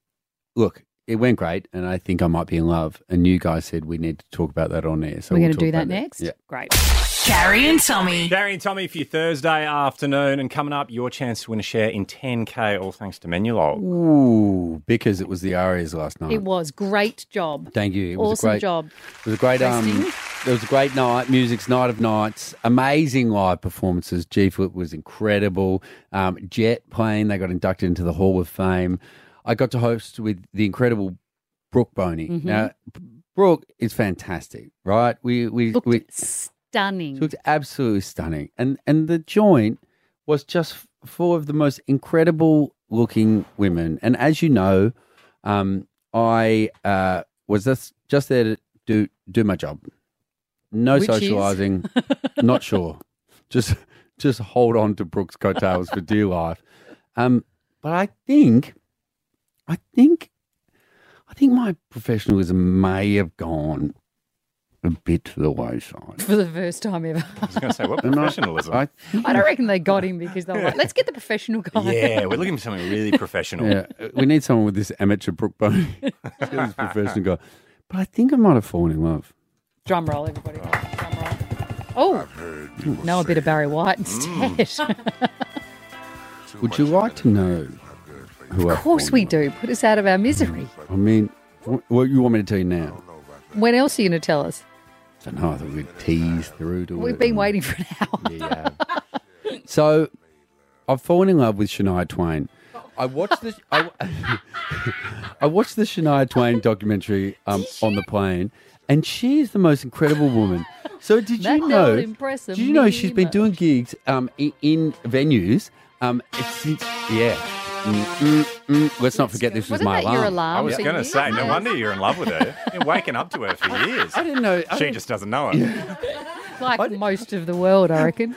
Speaker 8: look, it went great and I think I might be in love. And you guys said we need to talk about that on air. So
Speaker 7: We're
Speaker 8: we'll
Speaker 7: going to
Speaker 8: talk
Speaker 7: do that
Speaker 8: about
Speaker 7: next.
Speaker 8: Yeah.
Speaker 7: Great.
Speaker 6: Carrie and Tommy.
Speaker 10: Gary and Tommy for your Thursday afternoon. And coming up, your chance to win a share in 10K, all thanks to Menulog.
Speaker 8: Ooh, because it was the Arias last night.
Speaker 7: It was great job.
Speaker 8: Thank you. Oh. It was a
Speaker 7: awesome
Speaker 8: great
Speaker 7: job.
Speaker 8: It was a great um
Speaker 7: Tasting.
Speaker 8: it was a great night, music's night of nights, amazing live performances. G Flip was incredible. Um, Jet playing, they got inducted into the Hall of Fame. I got to host with the incredible Brooke Boney.
Speaker 7: Mhm.
Speaker 8: Now Brooke is fantastic, right? We we we
Speaker 7: Stunning.
Speaker 8: She looked absolutely stunning, and and the joint was just f- full of the most incredible looking women. And as you know, um, I uh, was just just there to, do do my job. No
Speaker 7: Which is-
Speaker 8: socializing. not sure. Just just hold on to Brooks coattails for dear life. Um, but I think, I think, I think my professionalism may have gone a bit to the wayside.
Speaker 7: for the first time ever. I was
Speaker 10: going to say, what
Speaker 8: And I-
Speaker 10: professionalism?
Speaker 8: I,
Speaker 7: don't reckon they got him because they were like, let's get the professional guy.
Speaker 10: yeah, we're looking for something really professional. Uh,
Speaker 8: yeah, uh, we need someone with this amateur Brook bone. this professional guy. But I think I might have fallen in love.
Speaker 7: Drum roll, everybody. Drum roll. Oh, no, a bit of Barry White instead.
Speaker 8: Would you like to know who
Speaker 7: of course we do. Put us out of our misery.
Speaker 8: I, I mean? What, what you want me to tell you now?
Speaker 7: When else are you going to tell us?
Speaker 8: I don't know. I thought we'd tease through to
Speaker 7: We've
Speaker 8: it.
Speaker 7: been waiting for an hour.
Speaker 8: So I've fallen in love with Shania Twain. I watched the I, I watched the Shania Twain documentary um, on the plane, and she is the most incredible woman. So did
Speaker 7: That
Speaker 8: you know?
Speaker 7: don't impress
Speaker 8: Did you know
Speaker 7: me
Speaker 8: she's been
Speaker 7: much.
Speaker 8: doing gigs um, in, in venues um, since? Yeah. Mm, mm, mm. Let's not forget this was
Speaker 7: Wasn't
Speaker 8: my
Speaker 7: that your alarm
Speaker 10: I was
Speaker 7: for
Speaker 10: going to
Speaker 7: years?
Speaker 10: say, no wonder you're in love with her. You're waking up to her for years. I
Speaker 8: didn't know.
Speaker 10: she just doesn't know it.
Speaker 7: Like most of the world, I reckon.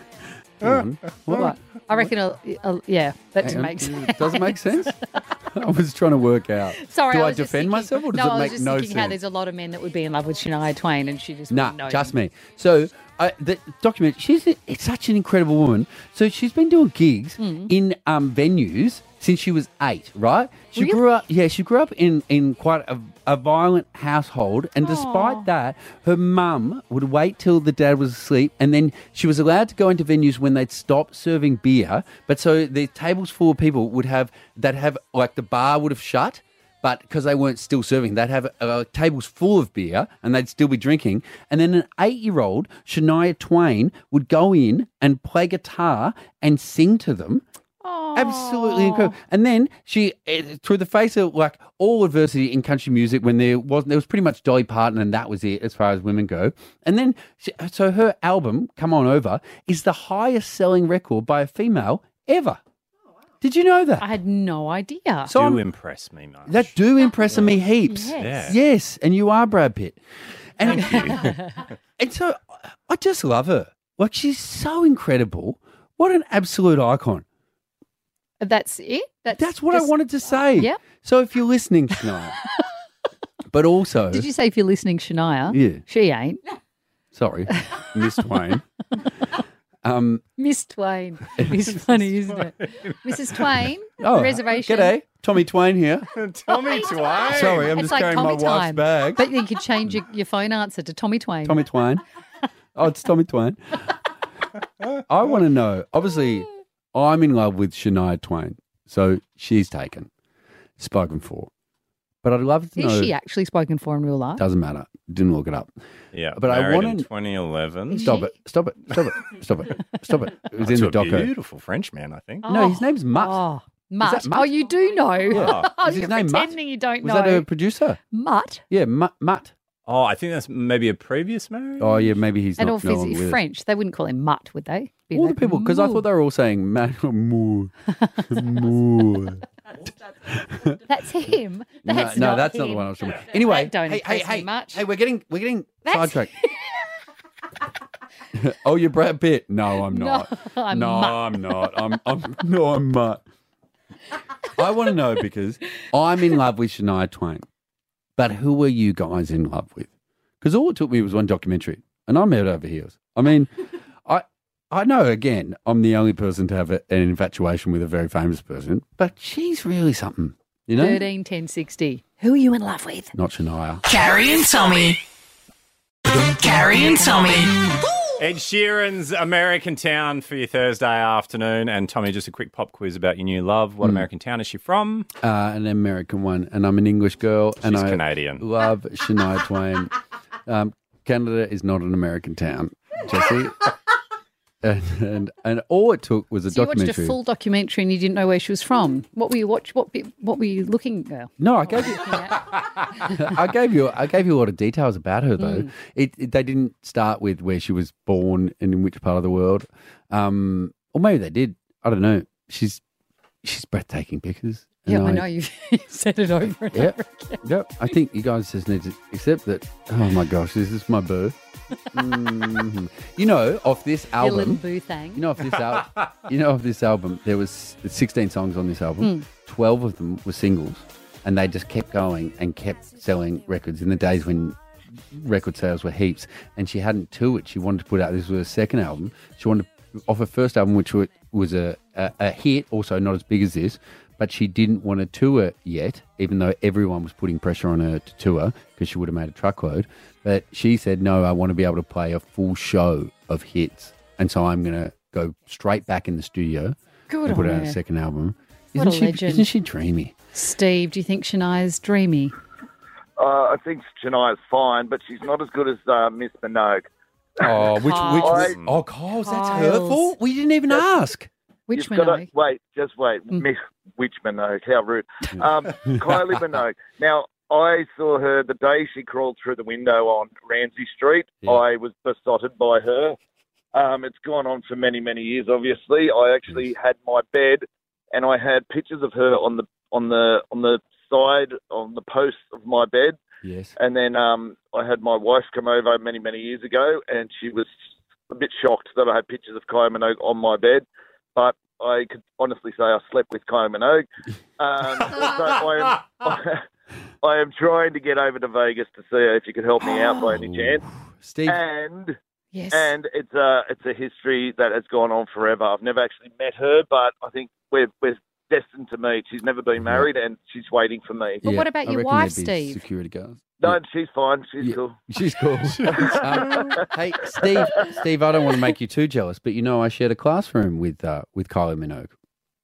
Speaker 8: Hang on. What?
Speaker 7: What? I reckon, a, a- yeah,
Speaker 8: Hang
Speaker 7: that doesn't
Speaker 8: on.
Speaker 7: make sense.
Speaker 8: Does it make sense? I was trying to work out.
Speaker 7: Sorry,
Speaker 8: do I,
Speaker 7: was just
Speaker 8: defend
Speaker 7: thinking-
Speaker 8: myself or does
Speaker 7: no,
Speaker 8: it
Speaker 7: I was
Speaker 8: make
Speaker 7: just
Speaker 8: no
Speaker 7: thinking
Speaker 8: sense?
Speaker 7: how there's a lot of men that would be in love with Shania Twain and she just
Speaker 8: Nah,
Speaker 7: wouldn't know
Speaker 8: just me. So uh, the document. She's it's such an incredible woman. So she's been doing gigs
Speaker 7: Hmm.
Speaker 8: in um, venues since she was eight. Right? She grew up. Yeah, she grew up in in quite a, a violent household, and despite that, her mum would wait till the dad was asleep, and then she was allowed to go into venues when they'd stop serving beer. But so the tables full of people would have that have like the bar would have shut but because they weren't still serving, they'd have uh, tables full of beer and they'd still be drinking. And then an eight year old, Shania Twain, would go in and play guitar and sing to them. Absolutely incredible. And then she, eh, through the face of like all adversity in country music, when there wasn't, there was pretty much Dolly Parton and that was it as far as women go. And then, she, so her album, Come On Over, is the highest selling record by a female ever. Did you know that?
Speaker 7: I had no idea.
Speaker 8: So
Speaker 10: Do
Speaker 8: I'm-
Speaker 10: impress me, mate.
Speaker 8: That do impress me heaps.
Speaker 10: Yes. Yeah.
Speaker 8: Yes, and you are Brad Pitt. And, and so I just love her. Like she's so incredible. What an absolute icon.
Speaker 7: That's it? That's,
Speaker 8: That's what I wanted to say.
Speaker 7: Yeah.
Speaker 8: So if you're listening tonight, but also
Speaker 7: Did you say if you're listening, Shania?
Speaker 8: Yeah.
Speaker 7: She ain't.
Speaker 8: sorry, Miss Twain. Um
Speaker 7: Miss Twain. It's funny, isn't it? Mrs. Twain,
Speaker 8: oh,
Speaker 7: reservation.
Speaker 8: G'day. Tommy Twain here.
Speaker 10: Tommy Twain.
Speaker 8: Sorry, I'm
Speaker 7: It's
Speaker 8: just
Speaker 7: like
Speaker 8: carrying
Speaker 7: Tommy
Speaker 8: my wife's
Speaker 7: time.
Speaker 8: bag.
Speaker 7: But you could change your, your phone answer to Tommy Twain.
Speaker 8: Tommy Twain. Oh, it's Tommy Twain. I want to know. Obviously, I'm in love with Shania Twain, so she's taken, spoken for. But I'd love to
Speaker 7: Is
Speaker 8: know.
Speaker 7: she actually spoken for in real life?
Speaker 8: Doesn't matter. Didn't look it up.
Speaker 10: Yeah,
Speaker 8: But I
Speaker 10: married in
Speaker 8: wanna-
Speaker 10: 2011.
Speaker 8: Stop it! Stop it! Stop it! Stop it! Stop it! It was
Speaker 10: Oh,
Speaker 8: in
Speaker 10: to
Speaker 8: the
Speaker 10: a
Speaker 8: doco.
Speaker 10: Beautiful French man, I think.
Speaker 8: No,
Speaker 7: Oh,
Speaker 8: his name's Mutt.
Speaker 7: Mutt.
Speaker 8: Is that
Speaker 7: Oh, you do know. Oh,
Speaker 8: Is his
Speaker 7: you're
Speaker 8: name Mutt?
Speaker 7: pretending you don't
Speaker 8: Was
Speaker 7: know.
Speaker 8: that a producer?
Speaker 7: Mutt?
Speaker 8: Yeah, Mutt. Mutt.
Speaker 10: Oh, I think that's maybe a previous marriage.
Speaker 8: Oh, yeah, maybe he's
Speaker 7: and
Speaker 8: not.
Speaker 7: all
Speaker 8: no
Speaker 7: phys-
Speaker 8: longer with us.
Speaker 7: French. They wouldn't call him Mutt, would they? Be
Speaker 8: All
Speaker 7: like,
Speaker 8: the people, because I
Speaker 7: "Moo."
Speaker 8: thought they were all saying man, moo, moo.
Speaker 7: That's him. That's
Speaker 8: no,
Speaker 7: not
Speaker 8: that's not the
Speaker 7: him.
Speaker 8: one I was talking about. Anyway,
Speaker 7: That don't
Speaker 8: hey, hey,
Speaker 7: impress me
Speaker 8: hey,
Speaker 7: much.
Speaker 8: hey, we're getting we're getting sidetracked. oh, you're Brad Pitt? No, I'm
Speaker 7: No,
Speaker 8: not.
Speaker 7: I'm
Speaker 8: no,
Speaker 7: Mutt.
Speaker 8: I'm not. I'm, I'm no, I'm Mutt. I want to know because I'm in love with Shania Twain, but who were you guys in love with? Because all it took me was one documentary, and I'm head over heels. I mean, I I know again, I'm the only person to have a, an infatuation with a very famous person, but she's really something, you know.
Speaker 7: 13, 10, 60. Who are you in love with?
Speaker 8: Not Shania.
Speaker 6: Carrie and Tommy. Carrie and Tommy.
Speaker 10: Ed Sheeran's American Town for your Thursday afternoon. And Tommy, just a quick pop quiz about your new love. What
Speaker 8: Mm.
Speaker 10: American town is she from?
Speaker 8: uh, an American one, and I'm an English girl, and
Speaker 10: She's
Speaker 8: I
Speaker 10: Canadian.
Speaker 8: love Shania Twain. Um, Canada is not an American town, Jesse. and, and and all it took was a
Speaker 7: So you watched a
Speaker 8: documentary.
Speaker 7: full documentary and you didn't know where she was from. What were you watch? What bit- what were you looking at?
Speaker 8: no, I gave you, I gave you, I gave you a lot of details about her though.
Speaker 7: Mm.
Speaker 8: It, it- they didn't start with where she was born and in which part of the world, um, or maybe they did. I don't know. She's she's breathtaking pictures. And
Speaker 7: Yeah, I know you've said it over and
Speaker 8: Yep.
Speaker 7: over again.
Speaker 8: Yep. I think you guys just need to accept that. Oh my gosh, this is my birth. Mhm. You know, off this
Speaker 7: Your little
Speaker 8: album,
Speaker 7: boo thing.
Speaker 8: You know, if this out. you know, of this album, there was 16 songs on this album.
Speaker 7: Mm.
Speaker 8: 12 of them were singles, and they just kept going and kept selling records in the days when record sales were heaps. And she hadn't toured. She wanted to put out this was her second album. She wanted to, off her first album, which wa- was a, a, a hit, also not as big as this. But she didn't want to tour yet, even though everyone was putting pressure on her to tour because she would have made a truckload. But she said, No, I want to be able to play a full show of hits and so I'm gonna go straight back in the studio
Speaker 7: Good
Speaker 8: and put
Speaker 7: on
Speaker 8: out a
Speaker 7: her.
Speaker 8: second album.
Speaker 7: What a
Speaker 8: Isn't she,
Speaker 7: legend.
Speaker 8: Isn't she dreamy?
Speaker 7: Steve, do you think Shania's dreamy?
Speaker 1: Uh, I think Shania's fine, but she's not as good as uh, Miss Minogue.
Speaker 8: Oh, which which
Speaker 1: I-
Speaker 8: oh, Coles, that's her
Speaker 1: Coles.
Speaker 8: fault. We didn't even ask.
Speaker 1: You've gotta- wait, just wait. Miss Which Minogue? How rude. Um, Kylie Minogue. Now, I saw her the day she crawled through the window on Ramsey Street. I was besotted by her. Um, it's gone on for many, many years. Obviously, I actually had my bed, and I had pictures of her on the on the on the side on the post of my bed.
Speaker 8: Yes.
Speaker 1: And then um, I had my wife come over many, many years ago, and she was a bit shocked that I had pictures of Kylie Minogue on my bed. But I could honestly say I slept with Kylie Minogue. Um, so I am, I am trying to get over to Vegas to see her if you could help me out by any chance.
Speaker 8: Oh, Steve.
Speaker 1: And
Speaker 7: Yes.
Speaker 1: and it's a it's a history that has gone on forever. I've never actually met her, but I think we're we're destined to meet. She's never been married, and she's waiting for me.
Speaker 7: But what about your wife, Steve?
Speaker 8: Security guards.
Speaker 1: No, she's fine. She's cool.
Speaker 8: She's cool. Um, hey, Steve, Steve, I don't want to make you too jealous, but you know I shared a classroom with uh, with Kylie Minogue.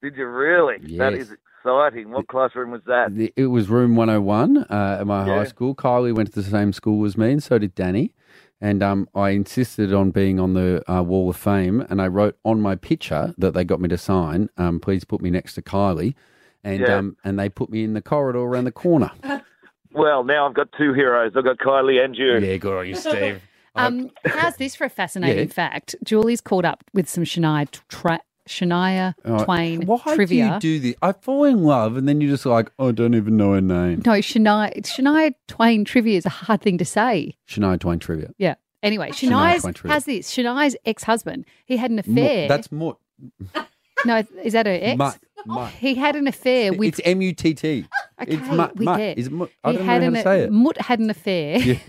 Speaker 1: Did you really? That
Speaker 8: Yes.
Speaker 1: is exciting. What classroom was that?
Speaker 8: The- It was room 101 uh, at my
Speaker 1: Yeah.
Speaker 8: high school. Kylie went to the same school as me, and so did Danny. And um, I insisted on being on the uh, Wall of Fame, and I wrote on my picture that they got me to sign, um, "Please put me next to Kylie," and
Speaker 1: Yeah.
Speaker 8: um, and they put me in the corridor around the corner.
Speaker 1: Well, now I've got two heroes. I've got Kylie and you.
Speaker 8: Yeah, good on you, Steve.
Speaker 7: Um, how's this for a fascinating
Speaker 1: Yeah.
Speaker 7: fact? Julie's caught up with some Shania, tra- Shania
Speaker 8: All right.
Speaker 7: Twain
Speaker 8: Why
Speaker 7: trivia.
Speaker 8: do you do this? I fall in love, and then you're just like, "Oh, "I don't even know her name."
Speaker 7: no, Shania, Shania Twain trivia is a hard thing to say.
Speaker 8: Shania Twain trivia.
Speaker 7: Yeah. Anyway,
Speaker 8: Shania
Speaker 7: Shania's
Speaker 8: Twain trivia.
Speaker 7: has this. Shania's ex-husband. He had an
Speaker 8: Mo-
Speaker 7: affair.
Speaker 8: that's more.
Speaker 7: no, is that her ex?
Speaker 8: Mutt. Mutt.
Speaker 7: He had an affair with.
Speaker 8: It's M U T T.
Speaker 7: okay,
Speaker 8: It's mutt.
Speaker 7: we
Speaker 8: mutt.
Speaker 7: get.
Speaker 8: Is it mutt? I
Speaker 7: he
Speaker 8: don't
Speaker 7: had
Speaker 8: know how
Speaker 7: an
Speaker 8: to say it.
Speaker 7: Mutt had an affair.
Speaker 8: Yeah.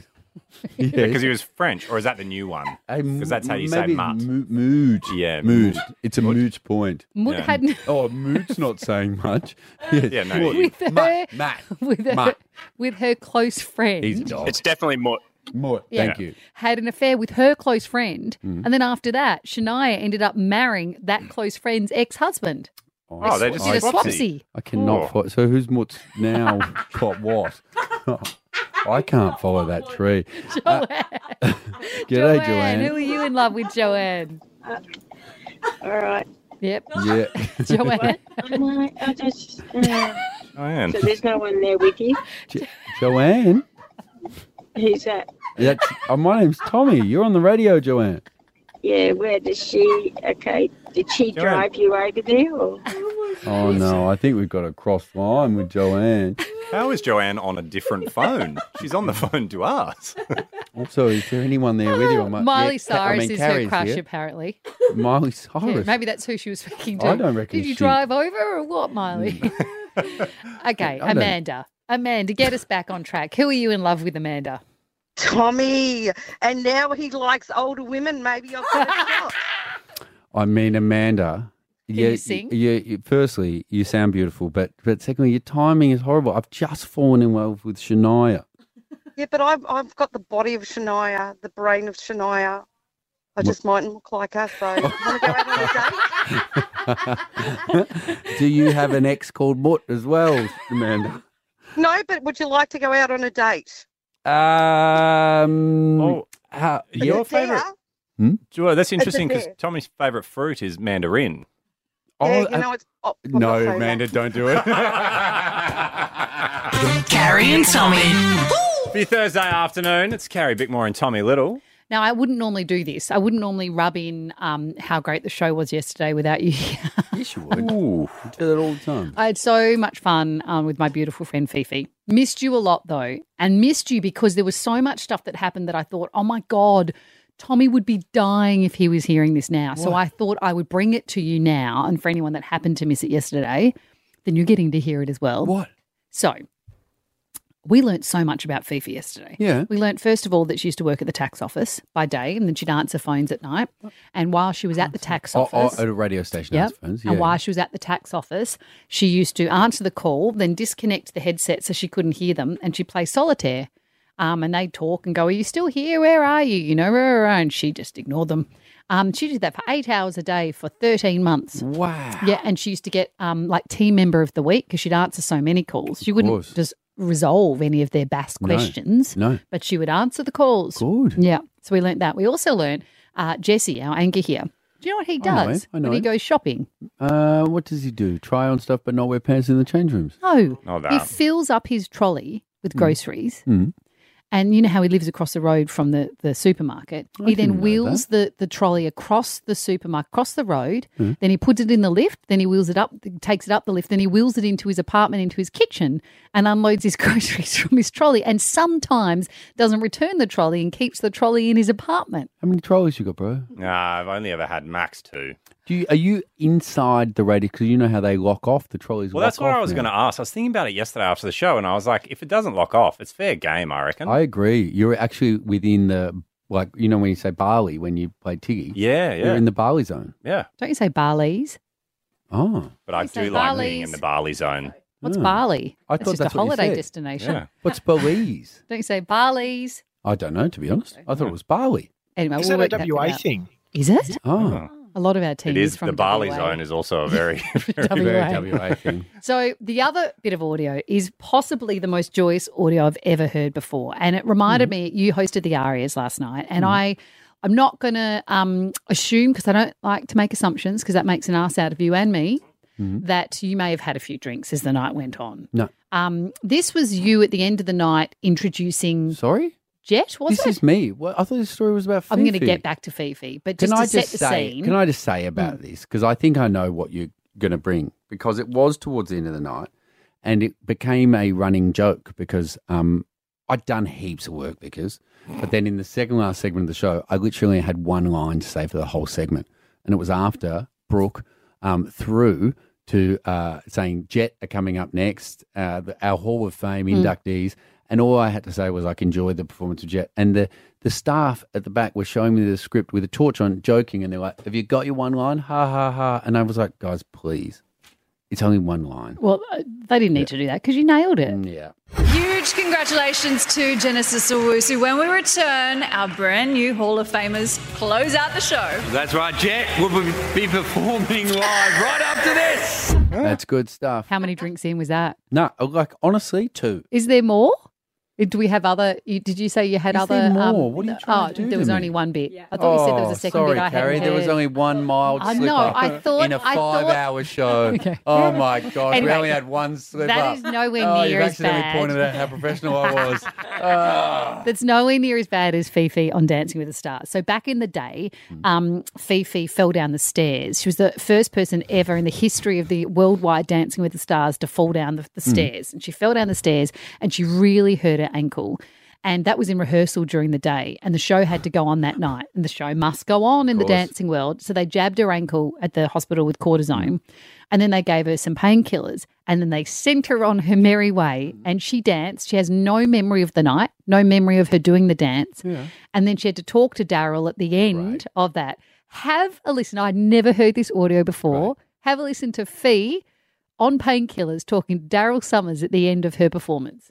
Speaker 10: Yeah, because he was French, or is that the new one? Because that's how you say
Speaker 8: maybe
Speaker 10: mutt.
Speaker 8: Mo- mood.
Speaker 10: Yeah,
Speaker 8: mood. It's a mood point.
Speaker 7: Mood Yeah. hadn't-
Speaker 8: Oh, mood's not saying much. Yes.
Speaker 10: Yeah, no,
Speaker 8: What?
Speaker 7: with her,
Speaker 8: Matt,
Speaker 7: with her,
Speaker 8: Mutt.
Speaker 7: with her close friend.
Speaker 8: He's a dog.
Speaker 10: It's definitely Mutt.
Speaker 8: Mutt.
Speaker 7: Yeah.
Speaker 8: Thank you.
Speaker 7: Had an affair with her close friend,
Speaker 8: Mhm.
Speaker 7: and then after that, Shania ended up marrying that close friend's ex-husband.
Speaker 10: Oh, they just
Speaker 7: did a
Speaker 10: swapsy.
Speaker 7: swapsy.
Speaker 8: I cannot
Speaker 10: Oh.
Speaker 8: follow. So who's Mutt's now got what? I can't follow that tree. Uh, G'day,
Speaker 7: Joanne, who
Speaker 8: Joanne.
Speaker 7: are you in love with, Joanne?
Speaker 22: All right.
Speaker 7: Yep.
Speaker 8: Yeah.
Speaker 7: Joanne.
Speaker 22: No, I just. No.
Speaker 10: Joanne.
Speaker 22: So there's no one there with you.
Speaker 8: Jo- Joanne.
Speaker 22: Who's that?
Speaker 8: That's, oh, my name's Tommy. You're on the radio, Joanne.
Speaker 22: Yeah, where does she? Okay, did she drive you over there? Or?
Speaker 8: Oh no, I think we've got a cross line with Joanne.
Speaker 10: How is Joanne on a different phone? She's on the phone to us.
Speaker 8: Also, is there anyone there with you? I might-
Speaker 7: Miley
Speaker 8: yeah, Ca- I
Speaker 7: Cyrus
Speaker 8: mean,
Speaker 7: is
Speaker 8: Carrie's
Speaker 7: her crush,
Speaker 8: here.
Speaker 7: apparently.
Speaker 8: Miley
Speaker 7: Yeah,
Speaker 8: Cyrus.
Speaker 7: maybe that's who she was speaking to.
Speaker 8: I don't reckon
Speaker 7: Did you
Speaker 8: she-
Speaker 7: drive over or what, Miley? okay,
Speaker 8: don't-
Speaker 7: Amanda. Amanda, get us back on track. Who are you in love with, Amanda?
Speaker 23: Tommy, and now he likes older women. Maybe I'll get a shot.
Speaker 8: I mean, Amanda.
Speaker 23: Can
Speaker 8: yeah,
Speaker 23: you sing?
Speaker 8: Yeah, you- firstly, you sound beautiful, but but secondly, your timing is horrible. I've just fallen in love with Shania.
Speaker 23: Yeah, but I've, I've got the body of Shania, the brain of Shania. I just mightn't look like her, so want to go out on a date?
Speaker 8: Do you have an ex called Mutt as well, Amanda?
Speaker 23: No, but would you like to go out on a date?
Speaker 8: Um,
Speaker 10: Oh.
Speaker 8: how-
Speaker 10: Your favourite.
Speaker 8: Hmm?
Speaker 10: Joel, that's interesting
Speaker 23: It's a
Speaker 10: because
Speaker 23: bear.
Speaker 10: Tommy's favourite fruit is mandarin.
Speaker 23: yeah, you know, it's, oh, I'm not saying
Speaker 10: uh, no,
Speaker 23: that.
Speaker 10: Amanda, don't do it.
Speaker 6: Carrie and Tommy.
Speaker 10: Happy Thursday afternoon. It's Carrie Bickmore and Tommy Little.
Speaker 7: Now, I wouldn't normally do this. I wouldn't normally rub in um, how great the show was yesterday without you.
Speaker 8: yes, you would. Ooh, you do that all the time.
Speaker 7: I had so much fun um, with my beautiful friend Fifi. Missed you a lot though, and missed you because there was so much stuff that happened that I thought, oh my God, Tommy would be dying if he was hearing this now. So
Speaker 2: What?
Speaker 7: I thought I would bring it to you now. And for anyone that happened to miss it yesterday, then you're getting to hear it as well. What? So we learnt so much about Fifi yesterday.
Speaker 8: Yeah.
Speaker 7: We learnt, first of all, that she used to work at the tax office by day and then she'd answer phones at night. And while she was at the tax
Speaker 8: Or, or
Speaker 7: office.
Speaker 8: Oh, at a radio station, I
Speaker 7: Yep.
Speaker 8: suppose.
Speaker 7: And while she was at the tax office, she used to answer the call, then disconnect the headset so she couldn't hear them, and she'd play solitaire. Um, and they'd talk and go, Are you still here? Where are you? You know, rah, rah, rah, and she just ignored them. Um, she did that for eight hours a day for 13 months.
Speaker 8: Wow.
Speaker 7: Yeah. And she used to get um, like team member of the week because she'd answer so many calls. She wouldn't
Speaker 8: course.
Speaker 7: just resolve any of their BAS
Speaker 8: No.
Speaker 7: questions
Speaker 8: No.
Speaker 7: but she would answer the calls.
Speaker 8: Good.
Speaker 7: Yeah. So we learnt that. We also learnt uh, Jesse, our anchor here. Do you know what he
Speaker 8: I know him.
Speaker 7: does
Speaker 8: I know
Speaker 7: when he
Speaker 8: him.
Speaker 7: goes shopping?
Speaker 8: Uh, what does he do? Try on stuff, but not wear pants in the change rooms.
Speaker 7: No.
Speaker 8: Not
Speaker 7: He
Speaker 8: that.
Speaker 7: fills up his trolley with
Speaker 8: Mm.
Speaker 7: groceries.
Speaker 8: Mm.
Speaker 7: And you know how he lives across the road from the, the supermarket.
Speaker 8: I
Speaker 7: he then
Speaker 8: didn't know
Speaker 7: wheels the, the trolley across the supermarket, across the road.
Speaker 8: Hmm.
Speaker 7: Then he puts it in the lift. Then he wheels it up, takes it up the lift. Then he wheels it into his apartment, into his kitchen, and unloads his groceries from his trolley. And sometimes doesn't return the trolley and keeps the trolley in his apartment.
Speaker 8: How many trolleys you got, bro?
Speaker 10: Nah, I've only ever had max two.
Speaker 8: Do you, are you inside the radio? Because you know how they lock off the trolleys.
Speaker 10: Well, that's
Speaker 8: lock
Speaker 10: what
Speaker 8: off
Speaker 10: I was
Speaker 8: now.
Speaker 10: going to ask. I was thinking about it yesterday after the show, and I was like, if it doesn't lock off, it's fair game, I reckon.
Speaker 8: I agree. You're actually within the like you know when you say barley when you play Tiggy.
Speaker 10: Yeah, yeah.
Speaker 8: You're in the barley zone.
Speaker 10: yeah,
Speaker 7: Don't you say barleys?
Speaker 8: Oh,
Speaker 10: but I
Speaker 7: say
Speaker 10: do like being
Speaker 7: Barley's.
Speaker 10: in the barley zone.
Speaker 7: What's barley?
Speaker 8: I
Speaker 7: It's
Speaker 8: thought
Speaker 7: just
Speaker 8: that's
Speaker 7: a
Speaker 8: what you
Speaker 7: holiday
Speaker 8: said.
Speaker 7: destination.
Speaker 8: Yeah. What's Belize?
Speaker 7: Don't you say barleys?
Speaker 8: I don't know to be honest. I thought it was barley.
Speaker 7: Anyway, we'll work bit out. Is it?
Speaker 8: Oh,
Speaker 7: A lot of our team
Speaker 10: It is
Speaker 7: from
Speaker 10: the barley
Speaker 7: WA.
Speaker 10: zone is also a very
Speaker 7: WA.
Speaker 10: very,
Speaker 7: Very WA
Speaker 8: thing.
Speaker 7: So the other bit of audio is possibly the most joyous audio I've ever heard before, and it
Speaker 10: Hmm.
Speaker 7: reminded me you hosted the Arias last night, and
Speaker 2: Mhm.
Speaker 7: I. I'm not going to um, assume because I don't like to make assumptions because that makes an ass out of you and me that you may have had a few drinks as the night went on.
Speaker 8: Hmm. No.
Speaker 7: Um, this was you at the end of the night introducing.
Speaker 8: Sorry,
Speaker 7: Jet was
Speaker 8: this
Speaker 7: it?
Speaker 8: is me. Well, I thought this story was about.
Speaker 7: I'm going to
Speaker 8: Fifi.
Speaker 7: get back to Fifi, but just
Speaker 8: can
Speaker 7: to
Speaker 8: I
Speaker 7: set
Speaker 8: just
Speaker 7: the
Speaker 8: say,
Speaker 7: scene. Mm.
Speaker 8: Can I just say about this? Because I think I know what you're going to bring because it was towards the end of the night and it became a running joke because um, I'd done heaps of work, Vickers. But then in the second last segment of the show, I literally had one line to say for the whole segment. And it was after Brooke um, through to uh, saying Jet are coming up next, uh, the, our Hall of Fame
Speaker 4: Mm.
Speaker 8: inductees. And all I had to say was like enjoy the performance of Jet. And the the staff at the back were showing me the script with a torch on, joking, and they're like, "Have you got your one line? Ha ha ha!" And I was like, "Guys, please, it's only one line."
Speaker 7: Well, uh, they didn't need to do that because you nailed it.
Speaker 8: Yeah.
Speaker 2: Huge congratulations to Genesis Owusu. When we return, our brand new Hall of Famers close out the show.
Speaker 5: That's right, Jet will be performing live right after this.
Speaker 8: That's good stuff.
Speaker 7: How many drinks in was that?
Speaker 8: No, oh, like honestly, two.
Speaker 7: Is there more? Uh, Do we have other? You, did you say you had
Speaker 8: Is
Speaker 7: other?
Speaker 8: there more? What are you
Speaker 7: no-
Speaker 8: trying
Speaker 7: oh,
Speaker 8: to do
Speaker 7: there
Speaker 8: to
Speaker 7: was
Speaker 8: me? Oh,
Speaker 7: only one bit. I thought you said there was a second
Speaker 8: sorry,
Speaker 7: bit. I
Speaker 8: Carrie.
Speaker 7: hadn't
Speaker 8: There was
Speaker 7: heard.
Speaker 8: only one mild
Speaker 7: I
Speaker 8: slip
Speaker 7: know,
Speaker 8: up
Speaker 7: I thought-
Speaker 8: in a
Speaker 7: I thought-
Speaker 8: five-hour show.
Speaker 7: Okay.
Speaker 8: Oh my gosh,
Speaker 7: Anyway,
Speaker 8: we only had one slip
Speaker 7: that
Speaker 8: up.
Speaker 7: is nowhere
Speaker 8: oh,
Speaker 7: near
Speaker 8: You've
Speaker 7: as
Speaker 8: accidentally
Speaker 7: bad.
Speaker 8: pointed out how professional I was. Ah.
Speaker 7: That's nowhere near as bad as Fifi on Dancing with the Stars. So back in the day, um, Fifi fell down the stairs. She was the first person ever in the history of the worldwide Dancing with the Stars to fall down the, the
Speaker 2: Mm.
Speaker 7: stairs. And she fell down the stairs and she really hurt her ankle. And that was in rehearsal during the day. And the show had to go on that night. And the show must go on in the
Speaker 2: Of course.
Speaker 7: dancing world. So they jabbed her ankle at the hospital with cortisone. And then they gave her some painkillers. And then they sent her on her merry way. And she danced. She has no memory of the night, no memory of her doing the dance.
Speaker 2: Yeah.
Speaker 7: And then she had to talk to Daryl at the end of that. Have a listen. I'd never heard this audio before. Have a listen to Fee on painkillers talking to Daryl Summers at the end of her performance.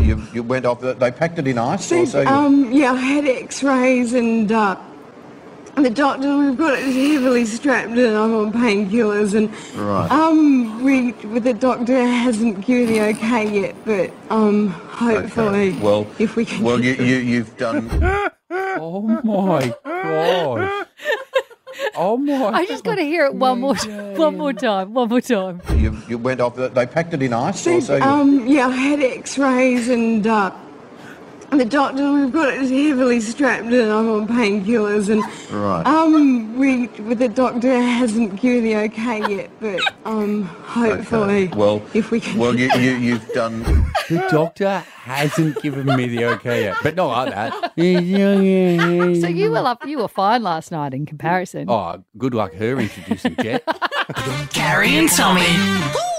Speaker 24: You, you went off, they packed it in ice? or so you-
Speaker 19: Um, yeah, I had x-rays and uh, the doctor, we've got it heavily strapped and I'm on painkillers and
Speaker 24: Right.
Speaker 19: um, we, the doctor hasn't given me okay yet, but um, hopefully
Speaker 24: Okay, Well,
Speaker 19: if we can
Speaker 24: well
Speaker 19: get
Speaker 24: you,
Speaker 19: through.
Speaker 24: you, you've done.
Speaker 8: oh my gosh. Oh my.
Speaker 7: I just got to hear it one more, one more time, one more time.
Speaker 24: You, you went
Speaker 7: um,
Speaker 24: off, they packed it in ice? or so you-
Speaker 19: Um, yeah, I had x-rays and uh, And the doctor, we've got it heavily strapped in. I'm on painkillers, and
Speaker 24: Right.
Speaker 19: um, we with the doctor hasn't given the okay yet, but um, hopefully,
Speaker 24: Well,
Speaker 19: if we can.
Speaker 24: well, you, you you've done.
Speaker 8: The doctor hasn't given me the okay yet, but not like that.
Speaker 7: So you were up, you were fine last night in comparison.
Speaker 8: Oh, good luck her introducing Jet.
Speaker 7: Carrie and Tommy.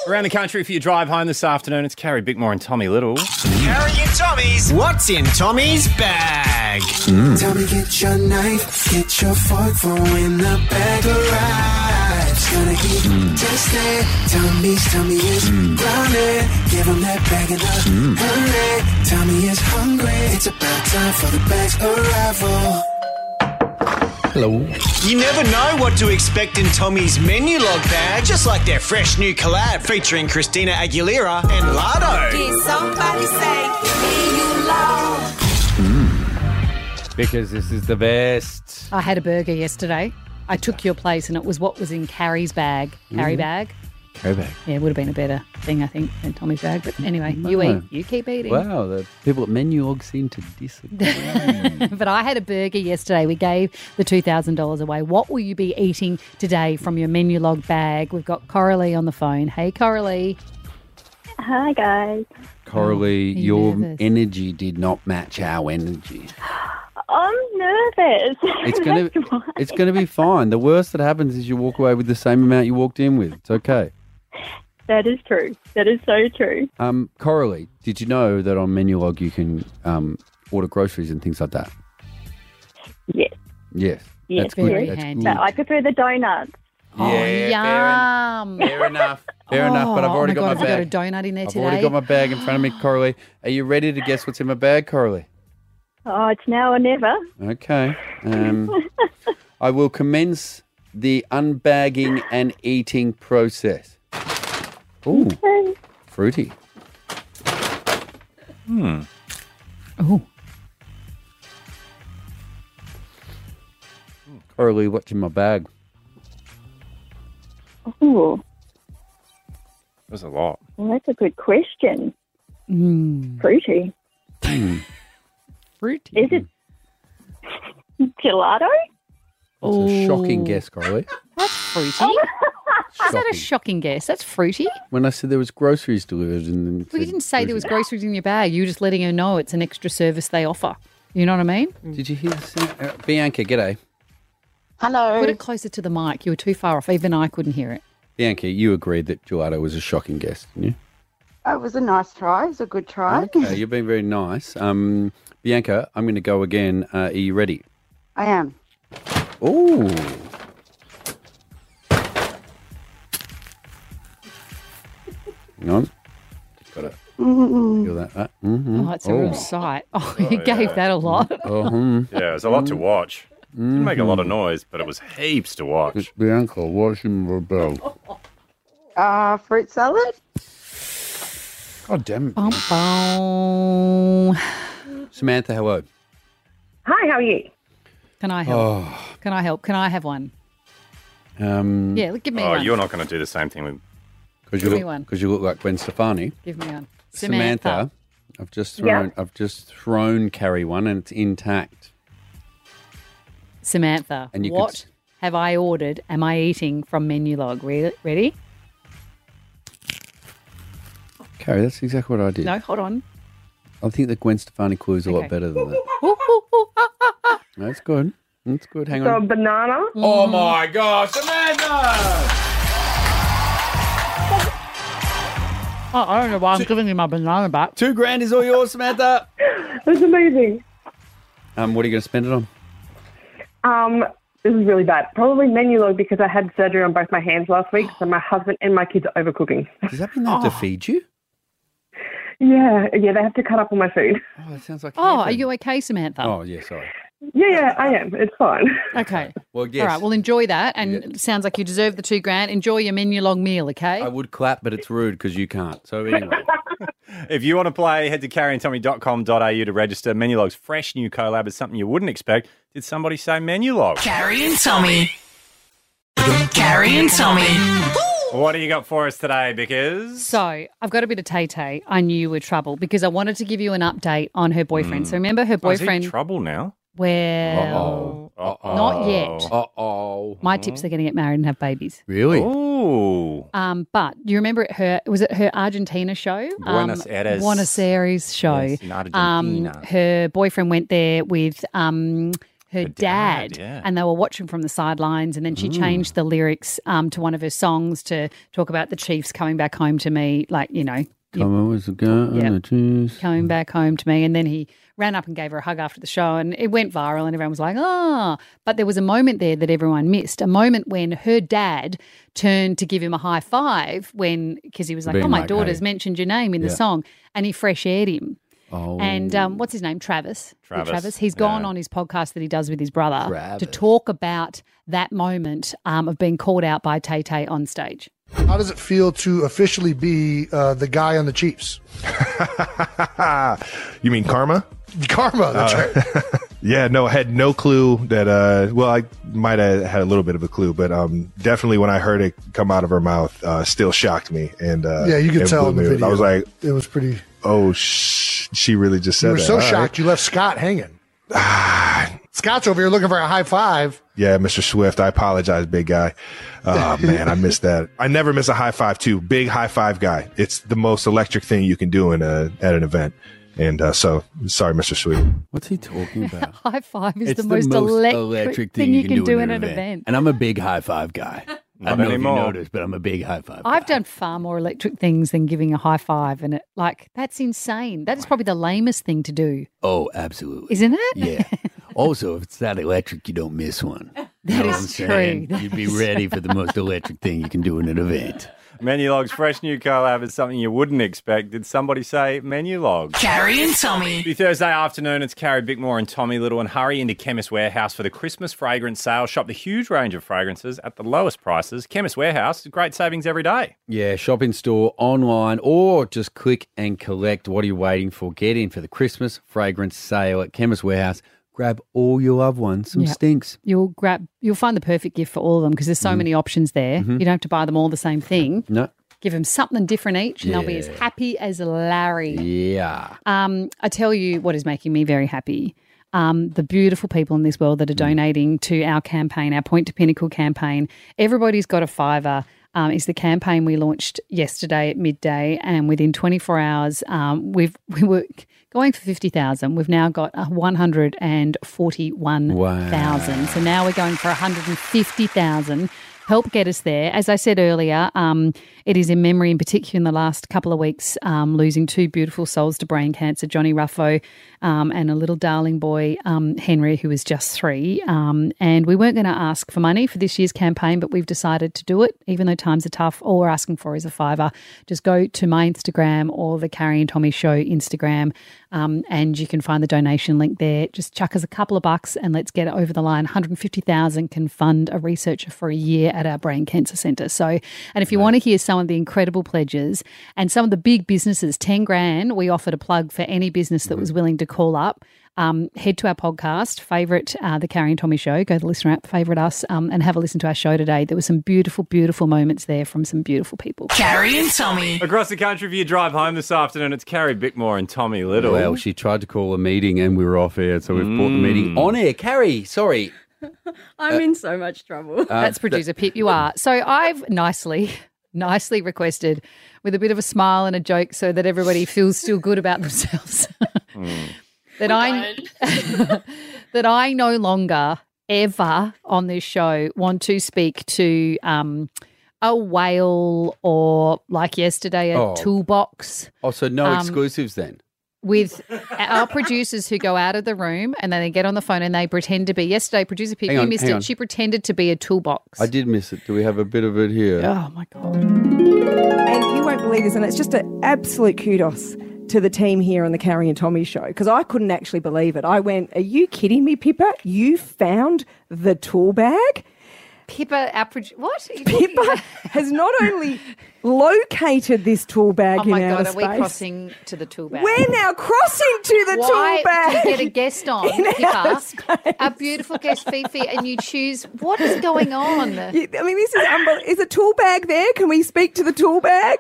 Speaker 10: Around the country for your drive home this afternoon, it's Carrie Bickmore and Tommy Little.
Speaker 16: Harry and Tommy's. What's in Tommy's bag?
Speaker 6: Tommy, get your knife, get your fork for when the bag arrives. Gonna eat,
Speaker 8: Hmm.
Speaker 6: taste it. Tommy's tummy is browning. Give him that bag in a
Speaker 8: Hmm.
Speaker 6: hurry. Tommy is hungry. It's about time for the bag's arrival.
Speaker 8: Hello.
Speaker 16: You never know what to expect in Tommy's menu log bag, just like their fresh new collab featuring Christina Aguilera and Lardo.
Speaker 3: Did somebody say, "Hey, you loud?
Speaker 8: Because this is the best.
Speaker 7: I had a burger yesterday. I took your place, and it was what was in Carrie's bag. Carrie
Speaker 8: Mm.
Speaker 7: bag.
Speaker 8: Kobe.
Speaker 7: Yeah, it would have been a better thing, I think, than Tommy's bag. But anyway, you
Speaker 8: Wow.
Speaker 7: eat, you keep eating.
Speaker 8: Mm-hmm. Ah. Wow, the people at Menuog seem to disagree.
Speaker 7: but I had a burger yesterday. We gave the two thousand dollars away. What will you be eating today from your menu log bag? We've got Coralie on the phone. Hey, Coralie.
Speaker 4: Hi guys.
Speaker 8: Coralie,
Speaker 4: Are you
Speaker 8: your
Speaker 4: nervous?
Speaker 8: energy did not match our energy.
Speaker 4: I'm nervous.
Speaker 8: It's gonna, it's gonna be fine. The worst that happens is you walk away with the same amount you walked in with. It's okay.
Speaker 4: That is true. That is so true.
Speaker 8: Um, Coralie, did you know that on Menulog you can um, order groceries and things like that?
Speaker 4: Yes.
Speaker 8: Yes.
Speaker 4: Yes.
Speaker 8: That's good.
Speaker 4: very
Speaker 8: That's
Speaker 4: handy.
Speaker 8: good.
Speaker 4: But I prefer the donuts.
Speaker 8: Yeah,
Speaker 7: Yum.
Speaker 8: fair enough. Fair enough, but I've
Speaker 7: Oh,
Speaker 8: already got
Speaker 7: my God,
Speaker 8: my bag.
Speaker 7: I've got a donut in there
Speaker 8: I've
Speaker 7: today.
Speaker 8: already got my bag in front of me, Coralie. Are you ready to guess what's in my bag, Coralie?
Speaker 4: Oh, it's now or never.
Speaker 8: Okay. Um, I will commence the unbagging and eating process. Ooh, fruity. Hmm.
Speaker 7: Ooh.
Speaker 8: Coralie, what's in my bag?
Speaker 4: Ooh,
Speaker 10: That was a lot.
Speaker 4: well, that's a good question.
Speaker 3: Hmm.
Speaker 8: Hmm.
Speaker 7: Mm.
Speaker 4: Fruity.
Speaker 7: Fruity.
Speaker 4: Is it gelato?
Speaker 8: That's a shocking guess, Coralie.
Speaker 7: That's fruity. Is that a shocking guess? That's fruity.
Speaker 8: When I said there was groceries delivered, and then
Speaker 7: Well, you didn't say there was groceries in your bag. You were just letting her know it's an extra service they offer. You know what I mean?
Speaker 8: did you hear this? Uh, Bianca, g'day.
Speaker 7: Hello. Put it closer to the mic. You were too far off. Even I couldn't hear it.
Speaker 8: Bianca, you agreed that gelato was a shocking guess, didn't you?
Speaker 23: It was a nice try. It was a good try.
Speaker 8: Okay, you've been very nice. Um, Bianca, I'm going to go again. Uh, are you ready?
Speaker 23: I am.
Speaker 8: Ooh. Hang on. Got to feel that. that. Mhm.
Speaker 7: Oh, it's a real sight. Oh, you
Speaker 10: Oh,
Speaker 7: gave
Speaker 10: yeah.
Speaker 7: that a lot.
Speaker 8: Oh, hmm.
Speaker 10: Yeah, it was a lot to watch. Didn't make a lot of
Speaker 8: Mhm.
Speaker 10: noise, but it was heaps to watch.
Speaker 8: Bianca, what's in my bag?
Speaker 23: Uh, fruit salad.
Speaker 8: God damn it.
Speaker 7: Bum, bum.
Speaker 8: Samantha, hello.
Speaker 7: Hi, how are you? Can I help?
Speaker 8: Oh,
Speaker 7: Can I help? Can I have one?
Speaker 8: um,
Speaker 7: Yeah, give me
Speaker 10: oh,
Speaker 7: one.
Speaker 10: you're not going to do the same thing with.
Speaker 8: Because
Speaker 7: Give
Speaker 8: you,
Speaker 7: me
Speaker 8: look-
Speaker 7: one.
Speaker 8: 'cause you look like Gwen Stefani.
Speaker 7: Give me one.
Speaker 8: Samantha. I've just
Speaker 7: Yeah.
Speaker 8: thrown. I've just thrown carry one, and it's intact.
Speaker 7: Samantha.
Speaker 8: And you could
Speaker 7: what
Speaker 8: s-
Speaker 7: have I ordered? Am I eating from menu log? Re- ready?
Speaker 8: Carrie, that's exactly what I did.
Speaker 7: No, hold on.
Speaker 8: I think the Gwen Stefani clue is a
Speaker 7: Okay.
Speaker 8: lot better than that. That's good. That's good. Hang
Speaker 9: So
Speaker 8: on.
Speaker 9: banana.
Speaker 4: Mm-hmm.
Speaker 8: Oh my gosh, Amanda!
Speaker 7: Oh, I don't know why I'm giving you my banana back.
Speaker 8: Two grand is all yours, Samantha.
Speaker 9: That's amazing.
Speaker 8: Um, what are you going to spend it on?
Speaker 9: Um, this is really bad. Probably menu log because I had surgery on both my hands last week, so my husband and my kids are overcooking.
Speaker 8: Does that mean they have to feed you?
Speaker 9: Yeah, yeah, they have to cut up all my food.
Speaker 8: Oh, that sounds like.
Speaker 7: Oh, are you okay, Samantha?
Speaker 8: Oh yeah, sorry.
Speaker 9: Yeah, yeah, I am. It's fine.
Speaker 7: Okay.
Speaker 8: Well, yes.
Speaker 7: All right. Well, enjoy that. And it sounds like you deserve the two grand. Enjoy your menu long meal, okay?
Speaker 8: I would clap, but it's rude because you can't. So anyway,
Speaker 10: If you want to play, head to carrieandtommy.com.au to register. Menulog's fresh new collab is something you wouldn't expect. Did somebody say Menulog?
Speaker 6: Carrie and Tommy. Carrie and Tommy.
Speaker 10: What do you got for us today, Bickers?
Speaker 7: So I've got a bit of Tay Tay. I knew you were trouble because I wanted to give you an update on her boyfriend.
Speaker 10: Mm.
Speaker 7: So remember her
Speaker 10: Oh, is he
Speaker 7: boyfriend.
Speaker 10: trouble now?
Speaker 7: well,
Speaker 10: Uh-oh.
Speaker 7: Not yet.
Speaker 8: Uh-oh.
Speaker 7: my tips
Speaker 10: Oh.
Speaker 7: are going to get married and have babies.
Speaker 8: Really?
Speaker 10: Ooh.
Speaker 7: Um, but you remember it her was it her Argentina show?
Speaker 10: Buenos
Speaker 7: um,
Speaker 10: Aires.
Speaker 7: Buenos Aires show.
Speaker 10: Yes, in
Speaker 7: um,
Speaker 10: Argentina.
Speaker 7: her boyfriend went there with um, her, dad,
Speaker 10: yeah.
Speaker 7: and they were watching from the sidelines. And then she
Speaker 10: Mm.
Speaker 7: changed the lyrics um, to one of her songs to talk about the Chiefs coming back home to me, like you know,
Speaker 8: Come on, was the girl
Speaker 7: Yep.
Speaker 8: and the juice.
Speaker 7: coming back home to me. And then he ran up and gave her a hug after the show, and it went viral, and everyone was like, ah. But there was a moment there that everyone missed a moment when her dad turned to give him a high five when, because he was like,
Speaker 8: Being
Speaker 7: oh, my
Speaker 8: like,
Speaker 7: daughter's
Speaker 8: hey.
Speaker 7: mentioned your name in the
Speaker 8: Yeah.
Speaker 7: song, and he fresh aired him.
Speaker 8: Oh.
Speaker 7: And um, what's his name? Travis. Yeah,
Speaker 8: Travis,
Speaker 7: Travis. He's gone
Speaker 8: yeah.
Speaker 7: on his podcast that he does with his brother to
Speaker 8: Travis.
Speaker 7: talk about that moment um, of being called out by Tay Tay on stage.
Speaker 11: How does it feel to officially be uh, the guy on the Chiefs?
Speaker 12: you mean karma?
Speaker 11: Karma, Oh, that's
Speaker 12: Uh,
Speaker 11: right.
Speaker 12: Yeah, no, I had no clue that. Uh, well, I might have had a little bit of a clue, but um, definitely when I heard it come out of her mouth, uh, still shocked me. And uh,
Speaker 11: yeah, you could
Speaker 12: and
Speaker 11: tell
Speaker 12: blew
Speaker 11: in the
Speaker 12: me-
Speaker 11: video.
Speaker 12: I was like,
Speaker 11: it was pretty.
Speaker 12: oh, sh- she really just said
Speaker 11: You were
Speaker 12: that.
Speaker 11: so
Speaker 12: All right.
Speaker 11: shocked you left Scott hanging. Scott's over here looking for a high five.
Speaker 12: Yeah, Mr. Swift, I apologize, big guy. Oh man, I missed that. I never miss a high five too. Big high five guy. It's the most electric thing you can do in a at an event. And uh, so, sorry, Mr. Swift.
Speaker 8: What's he talking about?
Speaker 7: High five is
Speaker 8: It's
Speaker 7: the, most, electric, thing you can do, in an event.
Speaker 8: And I'm a big high five guy. I
Speaker 10: Not
Speaker 8: don't know
Speaker 10: anymore.
Speaker 8: if you noticed, but I'm a big high five.
Speaker 7: I've done far more electric things than giving a high five, and it like that's insane. That is probably the lamest thing to do,
Speaker 8: Oh, absolutely.
Speaker 7: isn't it?
Speaker 8: Yeah. also, if it's that electric, you don't miss one.
Speaker 7: That
Speaker 8: Know what
Speaker 7: is
Speaker 8: I'm
Speaker 7: true.
Speaker 8: saying?
Speaker 7: That
Speaker 8: You'd be
Speaker 7: is-
Speaker 8: ready for the most electric thing you can do in an event.
Speaker 10: Menu Log's fresh new collab is something you wouldn't expect. Did somebody say Menu Log?
Speaker 13: Carrie and Tommy.
Speaker 10: Happy Thursday afternoon. It's Carrie Bickmore and Tommy Little, and hurry into Chemist Warehouse for the Christmas fragrance sale. Shop the huge range of fragrances at the lowest prices. Chemist Warehouse, great savings every day.
Speaker 8: Yeah, shop in store, online, or just click and collect. What are you waiting for? Get in for the Christmas fragrance sale at Chemist Warehouse. Grab all your loved ones some
Speaker 7: Yeah.
Speaker 8: stinks.
Speaker 7: You'll grab, you'll find the perfect gift for all of them because there's so many options there.
Speaker 8: Mhm.
Speaker 7: You don't have to buy them all the same thing.
Speaker 8: No.
Speaker 7: Give them something different each, and they'll be as
Speaker 8: Yeah.
Speaker 7: happy as Larry.
Speaker 8: Yeah.
Speaker 7: Um, I tell you what is making me very happy. Um, the beautiful people in this world that are donating to our campaign, our Point to Pinnacle campaign. Everybody's got a fiver. Um, is the campaign we launched yesterday at midday, and within 24 hours, um, we've we were going for 50,000. We've now got uh, 141,000. So now we're going for 150,000. Help get us there. As I said earlier, um, it is in memory, in particular, in the last couple of weeks, um, losing two beautiful souls to brain cancer, Johnny Ruffo um, and a little darling boy, um, Henry, who was just three. Um, and we weren't going to ask for money for this year's campaign, but we've decided to do it, even though times are tough. All we're asking for is a fiver. Just go to my Instagram or the Carrie and Tommy Show Instagram, um, and you can find the donation link there. Just chuck us a couple of bucks and let's get it over the line. 150,000 can fund a researcher for a year at our brain cancer centre. So, and if you want to hear some of the incredible pledges and some of the big businesses, 10 grand, we offered a plug for any business that was willing to call up. Um, head to our podcast, favorite uh, the Carrie and Tommy show. Go to the listener app, favorite us, um, and have a listen to our show today. There were some beautiful, beautiful moments there from some beautiful people.
Speaker 13: Carrie and Tommy.
Speaker 10: Across the country for your drive home this afternoon, it's Carrie Bickmore and Tommy Little.
Speaker 8: Well, she tried to call a meeting and we were off air, so we've brought the meeting on air. Carrie, sorry.
Speaker 13: I'm
Speaker 8: Uh, um,
Speaker 13: in so much trouble.
Speaker 7: That's producer Pip. You are. So I've nicely, nicely requested with a bit of a smile and a joke so that everybody feels still good about themselves.
Speaker 8: Hmm.
Speaker 7: that I that I no longer ever on this show want to speak to um, a whale or like yesterday a
Speaker 8: Oh.
Speaker 7: toolbox
Speaker 8: Oh, so no
Speaker 7: Um,
Speaker 8: exclusives then?
Speaker 7: with our producers who go out of the room and then they get on the phone and they pretend to be yesterday producer Pip
Speaker 8: Hang
Speaker 7: you
Speaker 8: on,
Speaker 7: missed
Speaker 8: hang
Speaker 7: it
Speaker 8: on.
Speaker 7: she pretended to be a toolbox
Speaker 8: I did miss it. Do we have a bit of it here?
Speaker 7: Oh,
Speaker 8: my God.
Speaker 14: And you won't believe this, and it's just an absolute kudos to the team here on the Carrie and Tommy show because I couldn't actually believe it. I went, Are you kidding me, Pippa? You found the tool bag?
Speaker 2: Pippa, our produ- what?
Speaker 14: Pippa has not only located this tool bag
Speaker 2: Oh
Speaker 14: in
Speaker 2: my
Speaker 14: outer
Speaker 2: god, are
Speaker 14: space.
Speaker 2: we crossing to the tool bag?
Speaker 14: We're now crossing to the
Speaker 2: Why
Speaker 14: tool bag.
Speaker 2: do you get a guest on,
Speaker 14: in outer
Speaker 2: Pippa, our beautiful guest Fifi, and you choose what is going on?
Speaker 14: You- I mean, this is unbelievable. Is a tool bag there? Can we speak to the tool bag?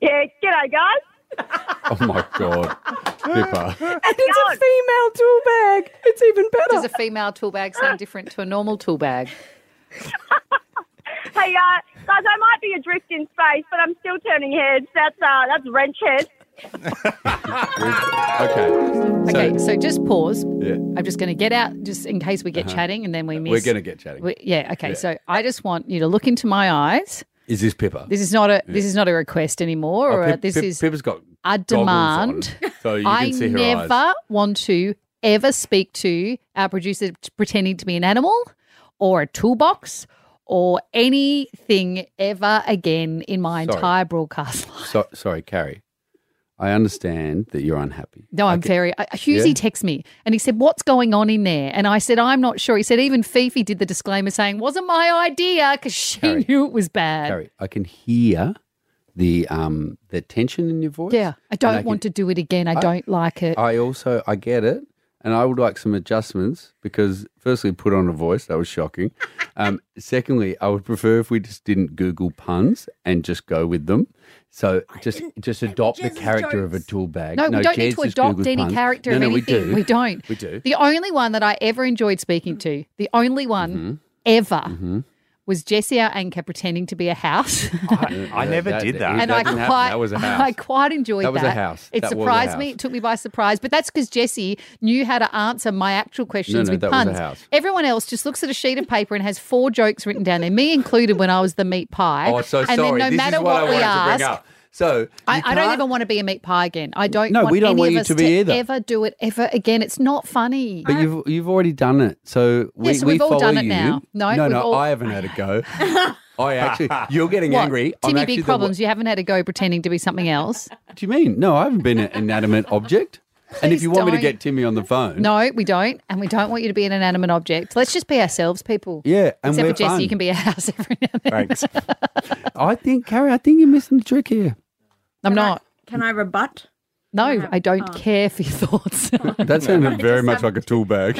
Speaker 4: Yeah, g'day, guys.
Speaker 8: Oh my god, Pippa.
Speaker 14: And it's a female tool bag. It's even better.
Speaker 2: Does a female tool bag sound different to a normal tool bag?
Speaker 4: Hey, uh, guys, I might be adrift in space, but I'm still turning heads. That's uh, that's wrench head.
Speaker 8: Okay.
Speaker 7: Okay, so just pause.
Speaker 8: Yeah.
Speaker 7: I'm just going to get out just in case we get
Speaker 8: Uh-huh.
Speaker 7: chatting and then we miss.
Speaker 8: We're gonna get chatting.
Speaker 7: We- yeah, okay.
Speaker 8: Yeah.
Speaker 7: So I just want you to look into my eyes.
Speaker 8: Is this Pippa?
Speaker 7: This is not a
Speaker 8: Yeah.
Speaker 7: this is not a request anymore
Speaker 8: Oh,
Speaker 7: or a,
Speaker 8: Pip-
Speaker 7: this
Speaker 8: Pip-
Speaker 7: is
Speaker 8: Pippa's got
Speaker 7: a
Speaker 8: goggles on,
Speaker 7: demand.
Speaker 8: so you
Speaker 7: I
Speaker 8: can see her
Speaker 7: never
Speaker 8: eyes.
Speaker 7: want to ever speak to our producer t- pretending to be an animal or a toolbox or anything ever again in my
Speaker 8: Sorry.
Speaker 7: entire broadcast life.
Speaker 8: So, sorry, Carrie. I understand that you're unhappy.
Speaker 7: No, I'm very. I, Husey
Speaker 8: Yeah?
Speaker 7: texted me and he said, "What's going on in there?" And I said, "I'm not sure." He said, "Even Fifi did the disclaimer saying wasn't my idea because she knew it was bad."
Speaker 8: Carrie, I can hear the um the tension in your voice.
Speaker 7: Yeah, I
Speaker 8: and
Speaker 7: don't
Speaker 8: can-
Speaker 7: want to do it again. I,
Speaker 8: I-
Speaker 7: don't like it.
Speaker 8: I also I get it, and I would like some adjustments because firstly, put on a voice that was shocking. Um, secondly, I would prefer if we just didn't Google puns and just go with them. So just just adopt the character of a tool bag.
Speaker 7: no, we don't need
Speaker 8: Jez
Speaker 7: to
Speaker 8: just
Speaker 7: adopt
Speaker 8: Googled
Speaker 7: any
Speaker 8: puns.
Speaker 7: character
Speaker 8: No,
Speaker 7: of
Speaker 8: no,
Speaker 7: anything.
Speaker 8: We do.
Speaker 7: not
Speaker 8: We do.
Speaker 7: The only one that I ever enjoyed speaking to, the only one
Speaker 8: Mm-hmm.
Speaker 7: ever,
Speaker 8: Mhm.
Speaker 7: was Jessie our anchor pretending to be a house.
Speaker 10: I never did that.
Speaker 7: and I quite, I quite enjoyed
Speaker 10: That was
Speaker 7: that.
Speaker 10: a house.
Speaker 7: It
Speaker 10: That was a
Speaker 7: surprised
Speaker 10: house.
Speaker 7: me. It took me by surprise. But that's because Jesse knew how to answer my actual questions
Speaker 8: no,
Speaker 7: with
Speaker 8: that was a
Speaker 7: puns.
Speaker 8: house.
Speaker 7: Everyone else just looks at a sheet of paper and has four jokes written down there, me included when I was the meat pie.
Speaker 8: Oh, so
Speaker 7: and
Speaker 8: sorry.
Speaker 7: then no
Speaker 8: this
Speaker 7: matter
Speaker 8: is what, I
Speaker 7: we
Speaker 8: wanted
Speaker 7: ask,
Speaker 8: to bring up. So
Speaker 7: I,
Speaker 8: you
Speaker 7: I don't
Speaker 8: can't-
Speaker 7: even want to be a meat pie again. I don't.
Speaker 8: No,
Speaker 7: want
Speaker 8: we don't
Speaker 7: any
Speaker 8: want
Speaker 7: of
Speaker 8: you
Speaker 7: us
Speaker 8: to be either.
Speaker 7: Ever do it ever again? It's not funny.
Speaker 8: But you've you've already done it, so we,
Speaker 7: Yes,
Speaker 8: we
Speaker 7: we've all
Speaker 8: follow
Speaker 7: done it
Speaker 8: you.
Speaker 7: now. No,
Speaker 8: no,
Speaker 7: we've
Speaker 8: no.
Speaker 7: all-
Speaker 8: I haven't had a go. I actually, you're getting
Speaker 7: What?
Speaker 8: angry. I'm
Speaker 7: Timmy,
Speaker 8: actually the
Speaker 7: big problems. You haven't had a go pretending to be something else.
Speaker 8: wo- What do you mean? No, I haven't been an inanimate object. and if
Speaker 7: Please
Speaker 8: you want me to
Speaker 7: don't.
Speaker 8: get Timmy on the phone,
Speaker 7: No, we don't, and we don't want you to be an inanimate object. Let's just be ourselves, people.
Speaker 8: Yeah, and
Speaker 7: except
Speaker 8: we're
Speaker 7: for Jesse,
Speaker 8: fun.
Speaker 7: you can be a house every now and then.
Speaker 8: thanks. I think, Carrie, I think you're missing the trick here.
Speaker 7: I'm not.
Speaker 13: Can I rebut? oh.
Speaker 7: No, I don't care for your thoughts.
Speaker 8: That sounded very much like a tool bag.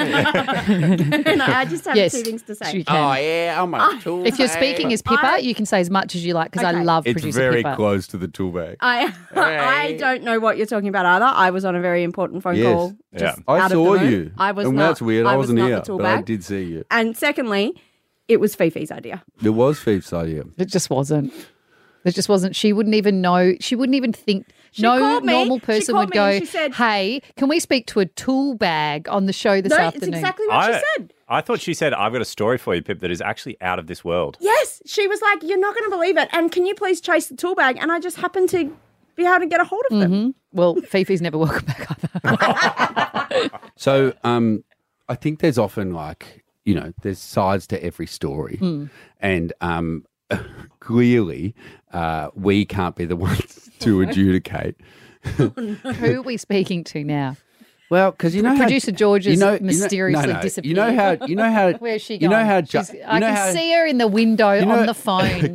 Speaker 13: no, I just have
Speaker 7: Yes,
Speaker 13: two things to say.
Speaker 7: she can. Oh,
Speaker 8: yeah, I'm
Speaker 13: I-
Speaker 7: if you're speaking as Pippa,
Speaker 13: I-
Speaker 7: you can say as much as you like because I
Speaker 13: Okay.
Speaker 7: love
Speaker 8: It's
Speaker 7: producer
Speaker 8: very
Speaker 7: Pippa.
Speaker 8: close to the tool bag.
Speaker 13: I I
Speaker 8: Hey.
Speaker 13: don't know what you're talking about either. I was on a very important phone call. just
Speaker 8: I
Speaker 13: out of the
Speaker 8: saw
Speaker 13: room.
Speaker 8: you.
Speaker 13: I was
Speaker 8: and
Speaker 13: not,
Speaker 8: that's weird. I,
Speaker 13: was
Speaker 8: wasn't
Speaker 13: not
Speaker 8: here,
Speaker 13: the tool
Speaker 8: but I
Speaker 13: bag.
Speaker 8: did see you.
Speaker 13: And secondly, it was Fifi's idea.
Speaker 8: There was Phoebe's idea.
Speaker 7: It just wasn't. It just wasn't. She wouldn't even know. She wouldn't even think. no
Speaker 13: called me.
Speaker 7: normal
Speaker 13: She
Speaker 7: person
Speaker 13: called
Speaker 7: would
Speaker 13: me and
Speaker 7: go,
Speaker 13: she said-
Speaker 7: "Hey, can we speak to a tool bag on the show this
Speaker 13: No, it's
Speaker 7: afternoon?"
Speaker 13: exactly what she
Speaker 10: I,
Speaker 13: said.
Speaker 10: I thought she said, I've got a story for you, Pip, that is actually out of this world.
Speaker 13: Yes, she was like, "You're not going to believe it." And can you please chase the tool bag? And I just happened to be able to get a hold of them.
Speaker 7: Mhm. Well, Fifi's never welcome back.
Speaker 8: So um, I think there's often like, you know, there's sides to every story.
Speaker 7: Mm.
Speaker 8: And um, clearly, uh, we can't be the ones to adjudicate.
Speaker 7: Who are we speaking to now?
Speaker 8: Well, because you know how-
Speaker 7: producer George
Speaker 8: you
Speaker 7: has
Speaker 8: know- you know- no,
Speaker 7: mysteriously
Speaker 8: no. You know
Speaker 7: disappeared.
Speaker 8: how- you know how-
Speaker 7: Where's she
Speaker 8: you
Speaker 7: going?
Speaker 8: know how ju-
Speaker 7: She's-
Speaker 8: you
Speaker 7: I
Speaker 8: know
Speaker 7: can
Speaker 8: how-
Speaker 7: see her in the window
Speaker 8: you know-
Speaker 7: on the phone.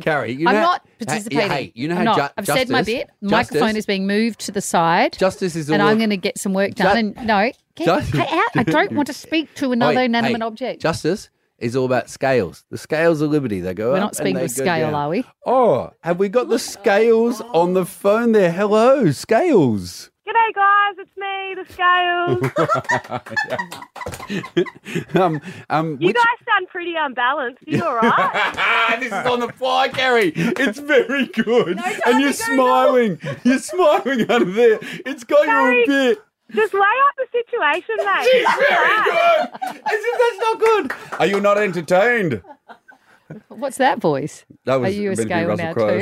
Speaker 8: Carrie, you
Speaker 7: I'm
Speaker 8: know how-
Speaker 7: not
Speaker 8: hey,
Speaker 7: participating.
Speaker 8: hey, you know
Speaker 7: I'm
Speaker 8: how
Speaker 7: not.
Speaker 8: ju-
Speaker 7: I've said my
Speaker 8: justice-
Speaker 7: bit. Microphone
Speaker 8: justice-
Speaker 7: is being moved to the side.
Speaker 8: Justice is the
Speaker 7: and I'm
Speaker 8: word-
Speaker 7: going to get some work done.
Speaker 8: Ju-
Speaker 7: and no, get
Speaker 8: Justice-
Speaker 7: hey, out. I don't want to speak to another
Speaker 8: Oi,
Speaker 7: inanimate
Speaker 8: hey,
Speaker 7: object.
Speaker 8: Justice is all about scales. The scales of liberty. They go
Speaker 7: We're
Speaker 8: up
Speaker 7: not speaking
Speaker 8: and they
Speaker 7: with
Speaker 8: go
Speaker 7: scale,
Speaker 8: down.
Speaker 7: are we?
Speaker 8: Oh, have we got the scales on the phone there? Hello, scales.
Speaker 4: G'day, guys. It's me, the scales.
Speaker 8: um, um,
Speaker 4: You
Speaker 8: which-
Speaker 4: guys sound pretty unbalanced. You all right?
Speaker 8: this is on the fly, Gary. It's very good. and you're smiling. You're smiling out of there. It's got you a
Speaker 4: Gary,
Speaker 8: bit.
Speaker 4: Just lay out the situation, mate.
Speaker 8: She's very good. As if that's not good. Are you not entertained?
Speaker 7: What's that voice?
Speaker 8: That was
Speaker 7: Are you a
Speaker 8: meant to be
Speaker 7: scale
Speaker 8: Russell
Speaker 7: now
Speaker 8: Crowe.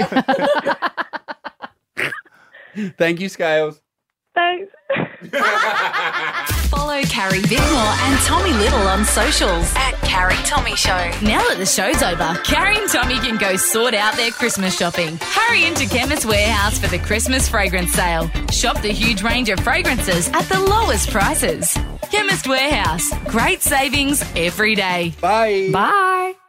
Speaker 7: too?
Speaker 8: Thank you, Scales.
Speaker 4: Thanks.
Speaker 13: Follow Carrie Bigmore and Tommy Little on socials at Carrie Tommy Show.
Speaker 15: Now that the show's over, Carrie and Tommy can go sort out their Christmas shopping. Hurry into Chemist Warehouse for the Christmas fragrance sale. Shop the huge range of fragrances at the lowest prices. Chemist Warehouse, great savings every day.
Speaker 8: Bye.
Speaker 15: Bye.